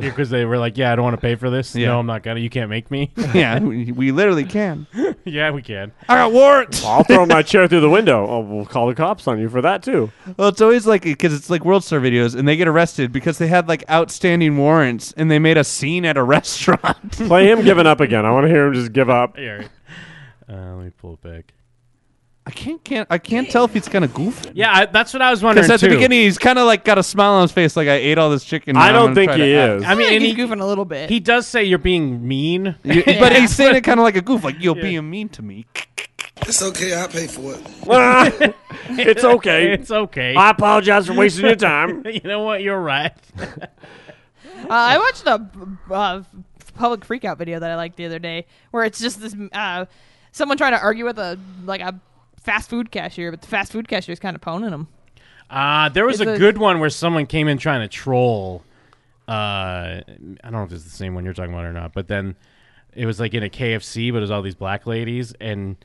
because they were like, "Yeah, I don't want to pay for this. Yeah. No, I'm not gonna. You can't make me." yeah, we, we literally can. yeah, we can. I got warrants. I'll throw my chair through the window. Oh, we'll call the cops on you for that too. Well, it's always like because it's like World Star videos, and they get arrested because they had like outstanding warrants, and they made a scene at a restaurant. Play him giving up again. I want to hear him just give up. Here. Uh, let me pull it back. I can't, can't, I can't tell if he's kind of goofy. Yeah, I, that's what I was wondering Because at too. the beginning, he's kind of like got a smile on his face, like I ate all this chicken. I now I'm don't gonna think try to he act." is. I mean, I and think he, he's goofing a little bit. he does say you're being mean. You- But he's saying it kind of like a goof, like you're Yeah. being mean to me. It's okay. I pay for it. it's okay. It's okay. I apologize for wasting your time. you know what? You're right. Uh, I watched a uh, public freakout video that I liked the other day, where it's just this uh, someone trying to argue with a like a fast food cashier, but the fast food cashier is kind of poning him. Uh, there was It's a, a- good one where someone came in trying to troll. Uh, I don't know if it's the same one you're talking about or not, but then it was like in a KFC, but it was all these black ladies, and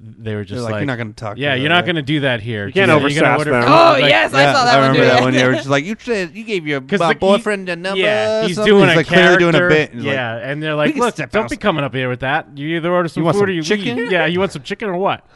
they were just like, "You're not gonna talk to Yeah, her, you're not right?" going to do that here. You can't You're gonna overstaff order- them. Oh, Like- yes, I saw that I one remember too. that one. You were just like, you said you gave your Because my the- he- boyfriend a number. Yeah, or he's something. doing he's a like clearly doing a character. bit. He's like, yeah, and they're "We like, can look, step don't out be some- coming up here with that. You either order some want food some or you chicken?" leave. Yeah, you want some chicken or what?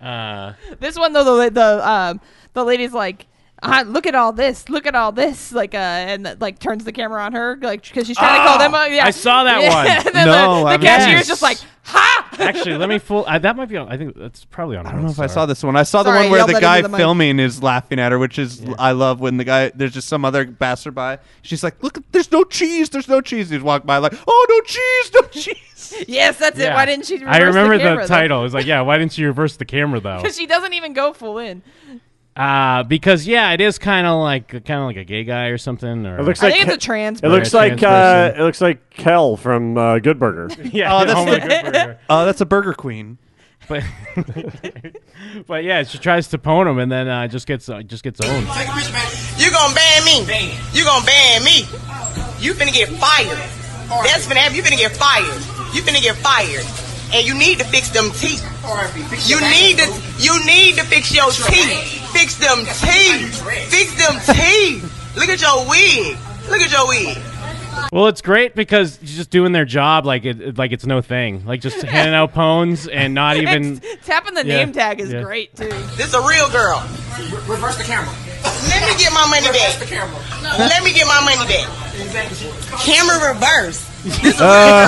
uh, This one though, the the um, the lady's like. Ah, look at all this! Look at all this! Like, uh, and like turns the camera on her, like, because she's trying to call them out. Yeah, I saw that Yeah. one. and then No, I the, the haven't cashier's seen it. just like, "Ha!" actually, let me full. Uh, that might be. On, I think that's probably on. I don't know if I saw this one. I saw Sorry, the I one where yelled the that guy into the mic. filming is laughing at her, which is I love when the guy there's just some other passerby. She's like, "Look, there's no cheese, there's no cheese." He's walked by like, "Oh, no cheese, no cheese." Yes, that's it. Yeah. Why didn't she? I reverse remember the, the, title. It was like, yeah, why didn't you reverse the camera though? Because she doesn't even go full in. Uh, because yeah, it is kind of like kind of like a gay guy or something. Or It looks I like think it's a trans. It looks Yeah, like uh, trans it looks like Kel from uh, Good Burger. yeah, Oh, that's home of the good burger. Uh, that's a Burger Queen. But but yeah, she tries to pwn him and then uh, just gets uh, just gets owned. You gonna ban me? You gonna ban me? You finna get fired. That's finna happen. You finna get fired. You finna get fired. And you need to fix them teeth. You need to. You need to fix your teeth. Fix them teeth. Fix them teeth. Look at your wig. Look at your wig. Well, it's great because she's just doing their job like it it- like it's no thing. Like just handing out pwns and not even. Tapping the Yeah, name tag is yeah. great too. This a real girl. reverse the camera. Let me get my money back. Let me get my money back. Camera reverse. Uh,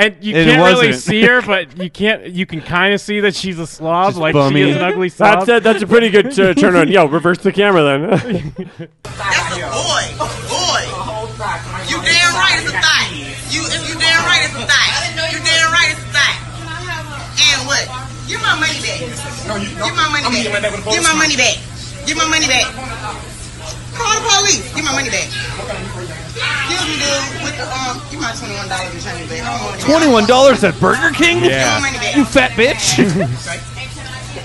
and you It can't really wasn't. see her, but you can't. You can kind of see that she's a slob. like bummy. she is an ugly slob. That's a, that's a pretty good uh, turn on. Yo, reverse the camera then. That's a boy. Boy. You damn right it's a thigh. You you damn right it's a thigh. You damn right it's a thigh. And what? Give my money back. Give my money back. Give my money back. Give my money back. Call the police. Give my money back. Give me the with the um. Give my twenty one dollars and change back. I want my money Twenty-one dollars at Burger King. Yeah. you fat bitch. back.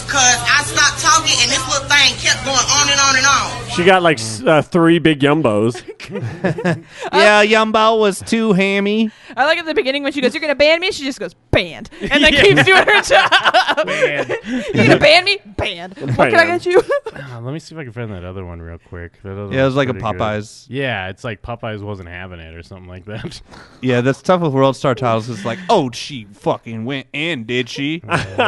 Cause I stopped talking and this little thing kept going on and on and on. she got like s- uh, three big yumbos. yeah, Yumbo was too hammy. I like at the beginning when she goes, "You're gonna ban me," she just goes, "Banned," and then keeps doing her job. You're gonna ban me? Banned. What can I Banned. get you? Uh, let me see if I can find that other one real quick. That other Yeah, it was one's like a pretty good. Popeyes. Yeah, it's like Popeyes wasn't having it or something like that. Yeah, that's tough with World Star titles. It's like, oh, she fucking went and did she? Uh,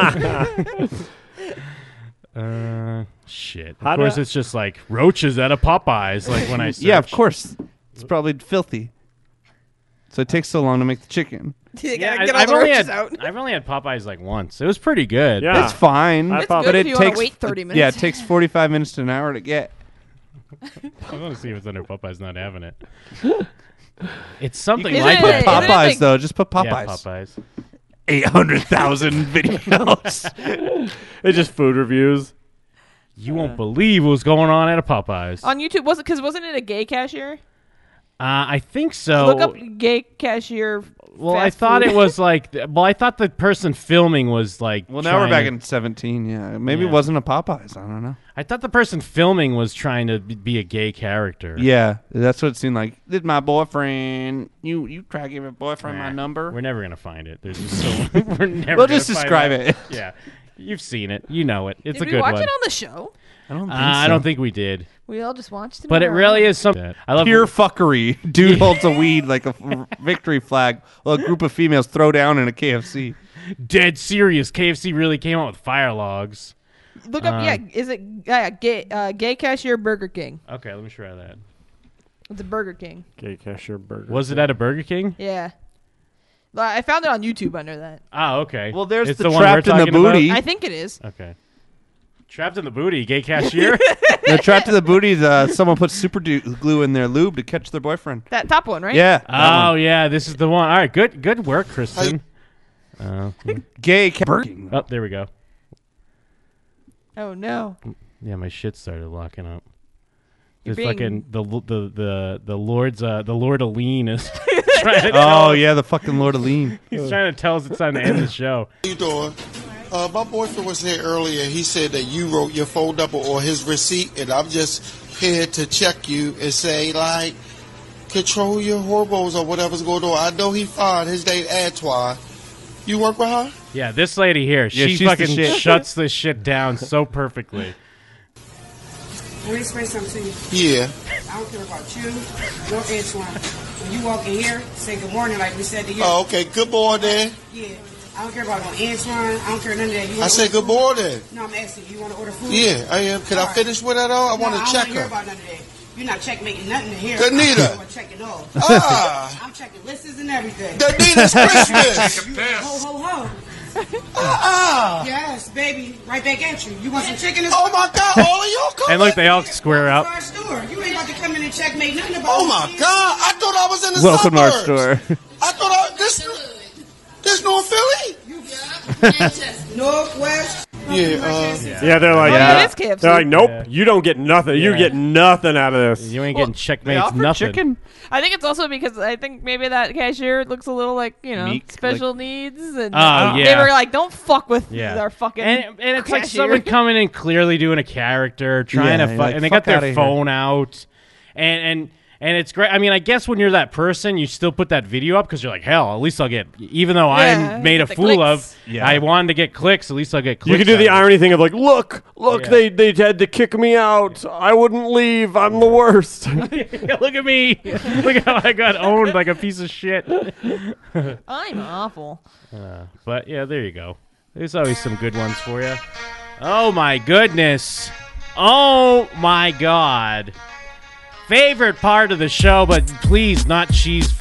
shit. Of How do course, I- it's just like roaches out of Popeyes. Like when I search. yeah, of course, it's probably filthy. So it takes so long to make the chicken. Yeah, get I- all I've the only roaches had I've only had Popeyes like once. It was pretty good. it's fine. but it takes Yeah, it takes forty-five minutes to an hour to get. I want to see what's under Popeyes not having it. It's something You can like put that. Popeyes though. Just put Popeyes. Yeah, Popeyes. Eight hundred thousand videos. it's just food reviews. You won't believe what was going on at a Popeyes. Uh, on YouTube. Was it because wasn't it a gay cashier? I think so. Look up gay cashier. Oh. well, I thought it was like. Well, I thought the person filming was like. Well, now we're back in seventeen. Yeah, maybe Yeah. it wasn't a Popeyes. I don't know. I thought the person filming was trying to b- be a gay character. Yeah, that's what it seemed like. This my boyfriend. You you try giving boyfriend my number. We're never gonna find it. There's just so we're never. We'll gonna just find describe that. it. Yeah, you've seen it. You know it. It's Did a we good watch one. it on the show? I don't Uh, I don't think we did. We all just watched it. But it on our really own. is something. I love Pure fuckery. Dude holds a weed like a f- victory flag. While a group of females throw down in a KFC. dead serious. KFC really came out with fire logs. Look up. uh, yeah, is it yeah, gay uh, gay cashier Burger King? Okay, let me try that. It's a Burger King. Gay cashier burger. Was it at a Burger King? Yeah. Well, I found it on YouTube under that. Ah, okay. Well, there's It's the one we're trapped in the talking about? booty. I think it is. Okay. Trapped in the booty, gay cashier. They're trapped to the booties. Uh, someone put super du- glue in their lube to catch their boyfriend. That top one, right? Yeah. that Oh yeah, this is the one. All right, good good work, Kristen. Oh, yeah. Gay cashier. oh, there we go. Oh no. Yeah, my shit started locking up. You're This being- fucking the l- the the the Lord's uh, the Lord Aline is trying to tell Oh us- yeah, the fucking Lord Aline. He's trying to tell us it's time to end the show. How you doing? Uh, my boyfriend was here earlier. He said that you wrote your phone number on his receipt, and I'm just here to check you and say, like, control your hormones or whatever's going on. I know he fine. His name Antoine. You work with her? Yeah, this lady here, Yeah, she's she the fucking shit. shuts this shit down so perfectly. Let me explain something to you. Yeah. I don't care about you, no Antoine. When you walk in here, say good morning like we said to you. Oh, okay. Good morning. Yeah. I don't care about no Antoine. I don't care none of that. You I wanna said order good food? morning. No, I'm asking you. You want to order food? Yeah, I am. Can I Alright. finish with that all? I No, want I to don't check hear her. about none of that. You're not checkmating nothing here. Danita. I'm checking all. Ah. I'm checking lists and everything. Danita's Christmas. You want Ho ho ho. Uh-uh. Yes, baby. Right back at you. You want some chicken? Oh my God! All of y'all And look, they all square up. Our store. You ain't about to come in and checkmate nothing about. Oh my God! I thought I was in the Welcome to our suburbs. store. I thought I, this this North Philly. Northwest. Yeah, uh, Yeah, they're like, Oh, yeah, yeah. it is KFC. they're like, nope, Yeah. you don't get nothing. You Yeah. get nothing out of this. You ain't getting checkmates. Nothing. I think it's also because I think maybe that cashier looks a little like you know Meek, special needs, and Oh, they yeah. were like, "Don't fuck with Yeah. our fucking." And, and it's like cashier. someone coming in clearly doing a character, trying Yeah, to, you're fu- like, and they "Fuck got outta their here." phone out, and and and it's great. I mean, I guess when you're that person, you still put that video up because you're like, hell, at least I'll get. Even though Yeah, I'm made a the fool clicks. of, I wanted to get clicks. At least I'll get. clicks You could do the out of it. irony thing of like, look, look, Yeah. they they had to kick me out. I wouldn't leave. I'm the worst. Look at me. Look how I got owned like a piece of shit. I'm awful. Uh, but yeah, there you go. There's always some good ones for you. Oh my goodness. Oh my god. Favorite part of the show, but please not cheese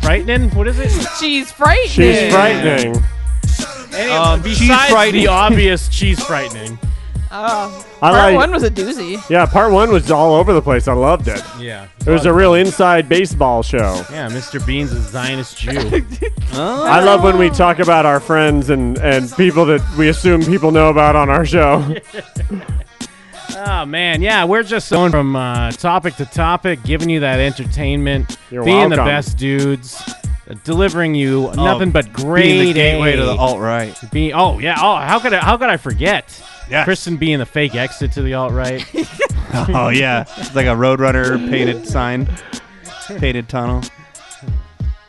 frightening. What is Um, it? She's frightening. She's frightening. Any, Um, cheese besides frightening. the obvious cheese frightening. Oh, I part like- one was a doozy. yeah, part one was all over the place. I loved it. Yeah. it was a real inside baseball show. Yeah, Mr. Bean's a Zionist Jew. I love when we talk about our friends and and people that we assume people know about on our show. Oh man, yeah, we're just going from uh, topic to topic, giving you that entertainment, You're being the welcome. best dudes, uh, delivering you nothing but great being the gateway to the alt right. Be oh yeah, oh how could I, how could I forget? Yeah, Kristen being the fake exit to the alt right. oh yeah, it's like a Roadrunner painted sign, painted tunnel.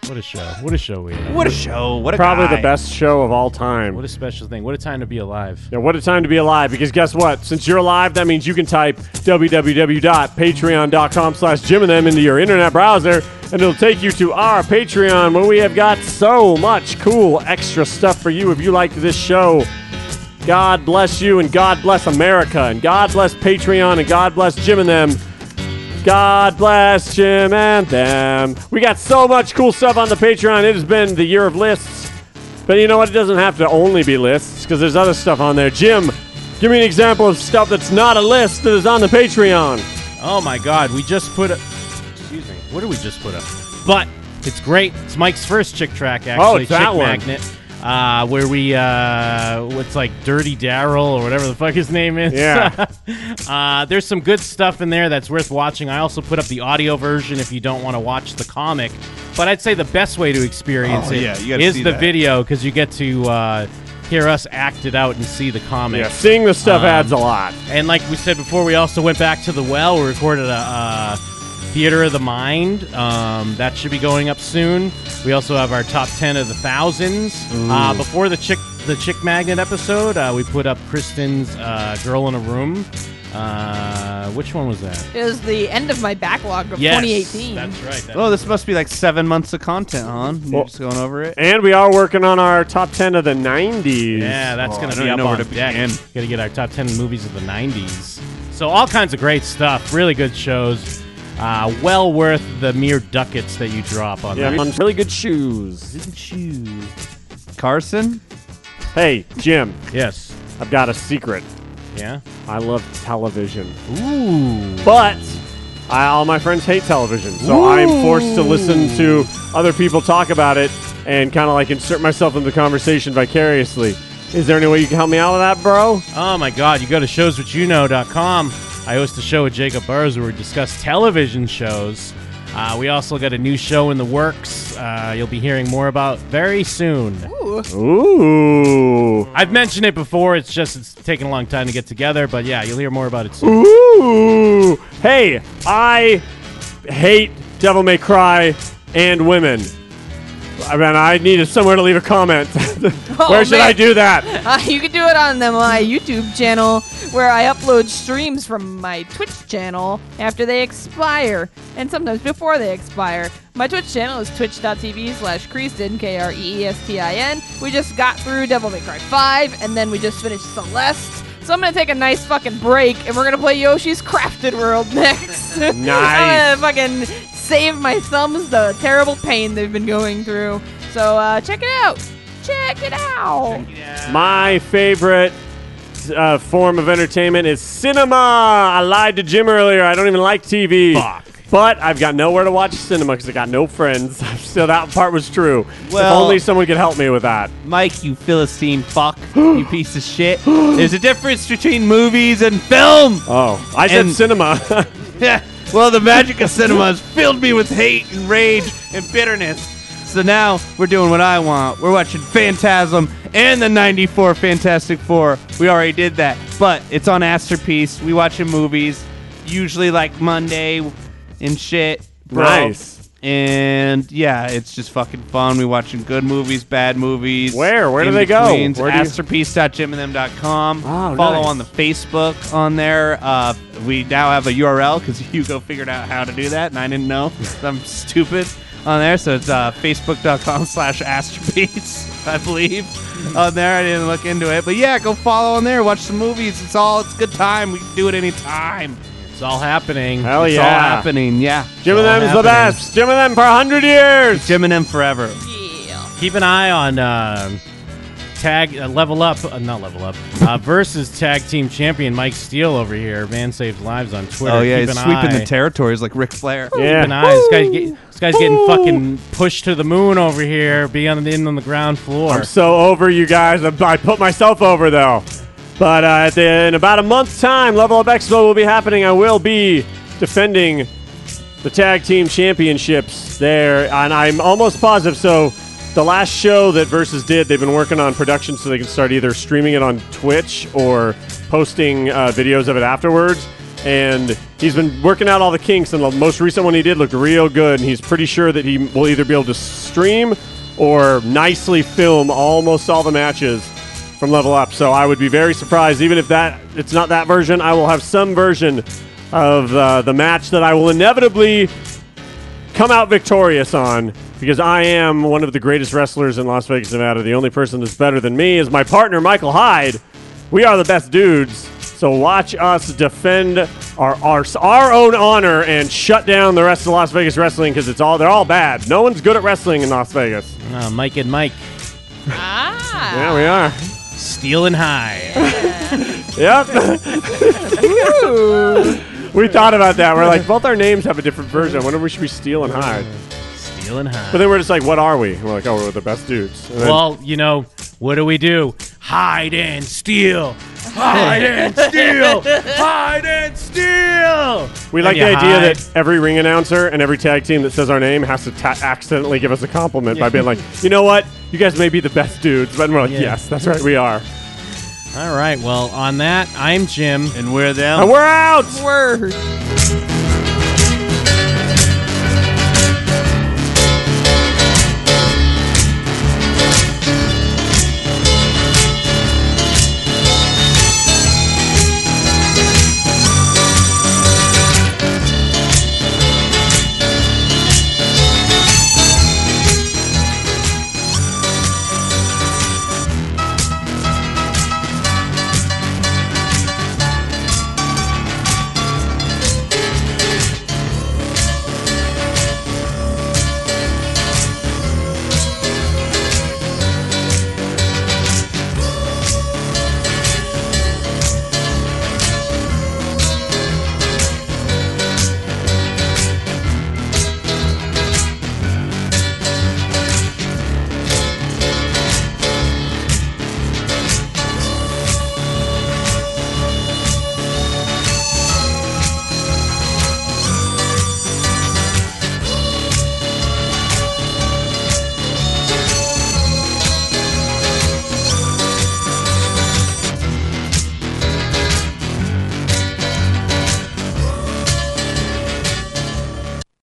What a show! What a show we had! What a show! What a Probably guy. the best show of all time. What a special thing! What a time to be alive! Yeah, what a time to be alive! Because guess what? Since you're alive, that means you can type www.patreon.com/slash Jim and them into your internet browser, and it'll take you to our Patreon, where we have got so much cool extra stuff for you if you liked this show. God bless you and God bless America and God bless Patreon and God bless Jim and them. God bless Jim and them. We got so much cool stuff on the Patreon. It has been the year of lists. But you know what? It doesn't have to only be lists because there's other stuff on there. Jim, give me an example of stuff that's not a list that is on the Patreon. Oh my God, we just put up. Excuse me. What did we just put up? But it's great. It's Mike's first chick track, actually. Oh, it's chick that one. magnet. Uh, where we, uh, it's like Dirty Daryl or whatever the fuck his name is. Yeah. uh, there's some good stuff in there that's worth watching. I also put up the audio version if you don't want to watch the comic. But I'd say the best way to experience Oh, it yeah, you gotta is see the that. video because you get to uh, hear us act it out and see the comic. Yeah, seeing the Um, stuff adds a lot. And like we said before, we also went back to the well. We recorded a uh, Theater of the Mind. Um, that should be going up soon. We also have our top ten of the thousands. Ooh. Uh, before the chick the chick magnet episode, uh, we put up Kristen's uh, "Girl in a Room." Uh, which one was that? It was the end of my backlog of Yes, 2018. that's right. Oh, this must be like seven months of content on. You're just going over it. And we are working on our top 10 of the 90s. Yeah, that's Oh, I gonna don't be even up know on where to to deck. Gonna get our top ten movies of the '90s. So all kinds of great stuff. Really good shows. Uh, well worth the mere ducats that you drop on Yeah, that. on really good shoes. shoes. Carson? Hey, Jim. yes. I've got a secret. Yeah? I love television. Ooh. But I, all my friends hate television, so I am forced to listen to other people talk about it and kind of like insert myself into the conversation vicariously. Is there any way you can help me out with that, bro? Oh my God! You go to showswhatyouknow.com. I host a show with Jacob Burrows where we discuss television shows. Uh, we also got a new show in the works. Uh, you'll be hearing more about very soon. Ooh. I've mentioned it before. It's just it's taken a long time to get together, but yeah, you'll hear more about it soon. Ooh. Hey, I hate Devil May Cry and women. I mean, I needed somewhere to leave a comment. Where should I man. do that? Uh, you can do it on the, my YouTube channel, where I upload streams from my Twitch channel after they expire, and sometimes before they expire. My Twitch channel is twitch.tv slash Kreestin, E K-R-E-E-S-T-I-N. We just got through Devil May Cry 5, and then we just finished Celeste. So I'm going to take a nice fucking break, and we're going to play Yoshi's Crafted World next. Nice. I'm going to fucking save my thumbs the terrible pain they've been going through. So uh, check it out. Check it out. My favorite uh, form of entertainment is cinema. I lied to Jim earlier. I don't even like TV. But I've got nowhere to watch cinema because I got no friends. so that part was true. Well- if only someone could help me with that. Mike, you Philistine fuck, you piece of shit. There's a difference between movies and film. Oh, I said cinema. yeah. Well, the magic of cinema has filled me with hate and rage and bitterness. So now we're doing what I want. We're watching Phantasm and the 94 Fantastic Four. We already did that, but it's on Masterpiece. We watching movies, usually like Monday and shit. bro. Nice. And yeah, it's just fucking fun. We watching good movies, bad movies. Where? Where do they go? in-betweens, Where do you- masterpiece.jimandthem.com. Follow nice. on the Facebook on there. Uh, we now have a URL because Hugo figured out how to do that, and I didn't know. So I'm stupid on there. So it's uh, facebook.com slash astropiece, I believe, on there. I didn't look into it. But yeah, go follow on there. Watch some movies. It's all, it's a good time. We can do it anytime. It's all happening. Hell it's all yeah. happening, Oh, yeah. Jim and It's all them's the happening. best. Jim and them for 100 years. Jim and them forever. Keep an eye on uh, tag uh, level up, uh, not level up, uh, versus tag team champion Mike Steele over here. Man saves lives on Twitter. Oh yeah, Keep he's an sweeping eye. the territories like Ric Flair. Keep an eye. This guy's, get, this guy's getting fucking pushed to the moon over here, being on the, in on the ground floor. I'm so over you guys. I, I put myself over though. But uh, at the, in about a month's time, Level Up Expo will be happening. I will be defending the tag team championships there, and I'm almost positive. So, the last show that Versus did, they've been working on production so they can start either streaming it on Twitch or posting uh, videos of it afterwards. And he's been working out all the kinks, and the most recent one he did looked real good. And he's pretty sure that he will either be able to stream or nicely film almost all the matches from Level Up. So I would be very surprised, even if that it's not that version. I will have some version of uh, the match that I will inevitably come out victorious on because I am one of the greatest wrestlers in Las Vegas, Nevada. The only person that's better than me is my partner, Michael Hyde. We are the best dudes, so watch us defend our our, our own honor and shut down the rest of Las Vegas wrestling because it's all they're all bad. No one's good at wrestling in Las Vegas. Uh, Mike and Mike. Yeah, we are. Stealing high. yep. we thought about that. We're like, both our names have a different version. I wonder if we should be stealing high. Stealing high. But then we're just like, what are we? And we're like, oh, we're the best dudes. And then- Well, you know, what do we do? Hide and steal. Hide and steal. Hide and steal. We And like you the idea hide. that every ring announcer and every tag team that says our name has to ta- accidentally give us a compliment by Yeah. being like, you know what? You guys may be the best dudes. But we're like, Yeah. yes, that's right, we are. All right. Well, on that, I'm Jim. And we're them. And we're out. Word.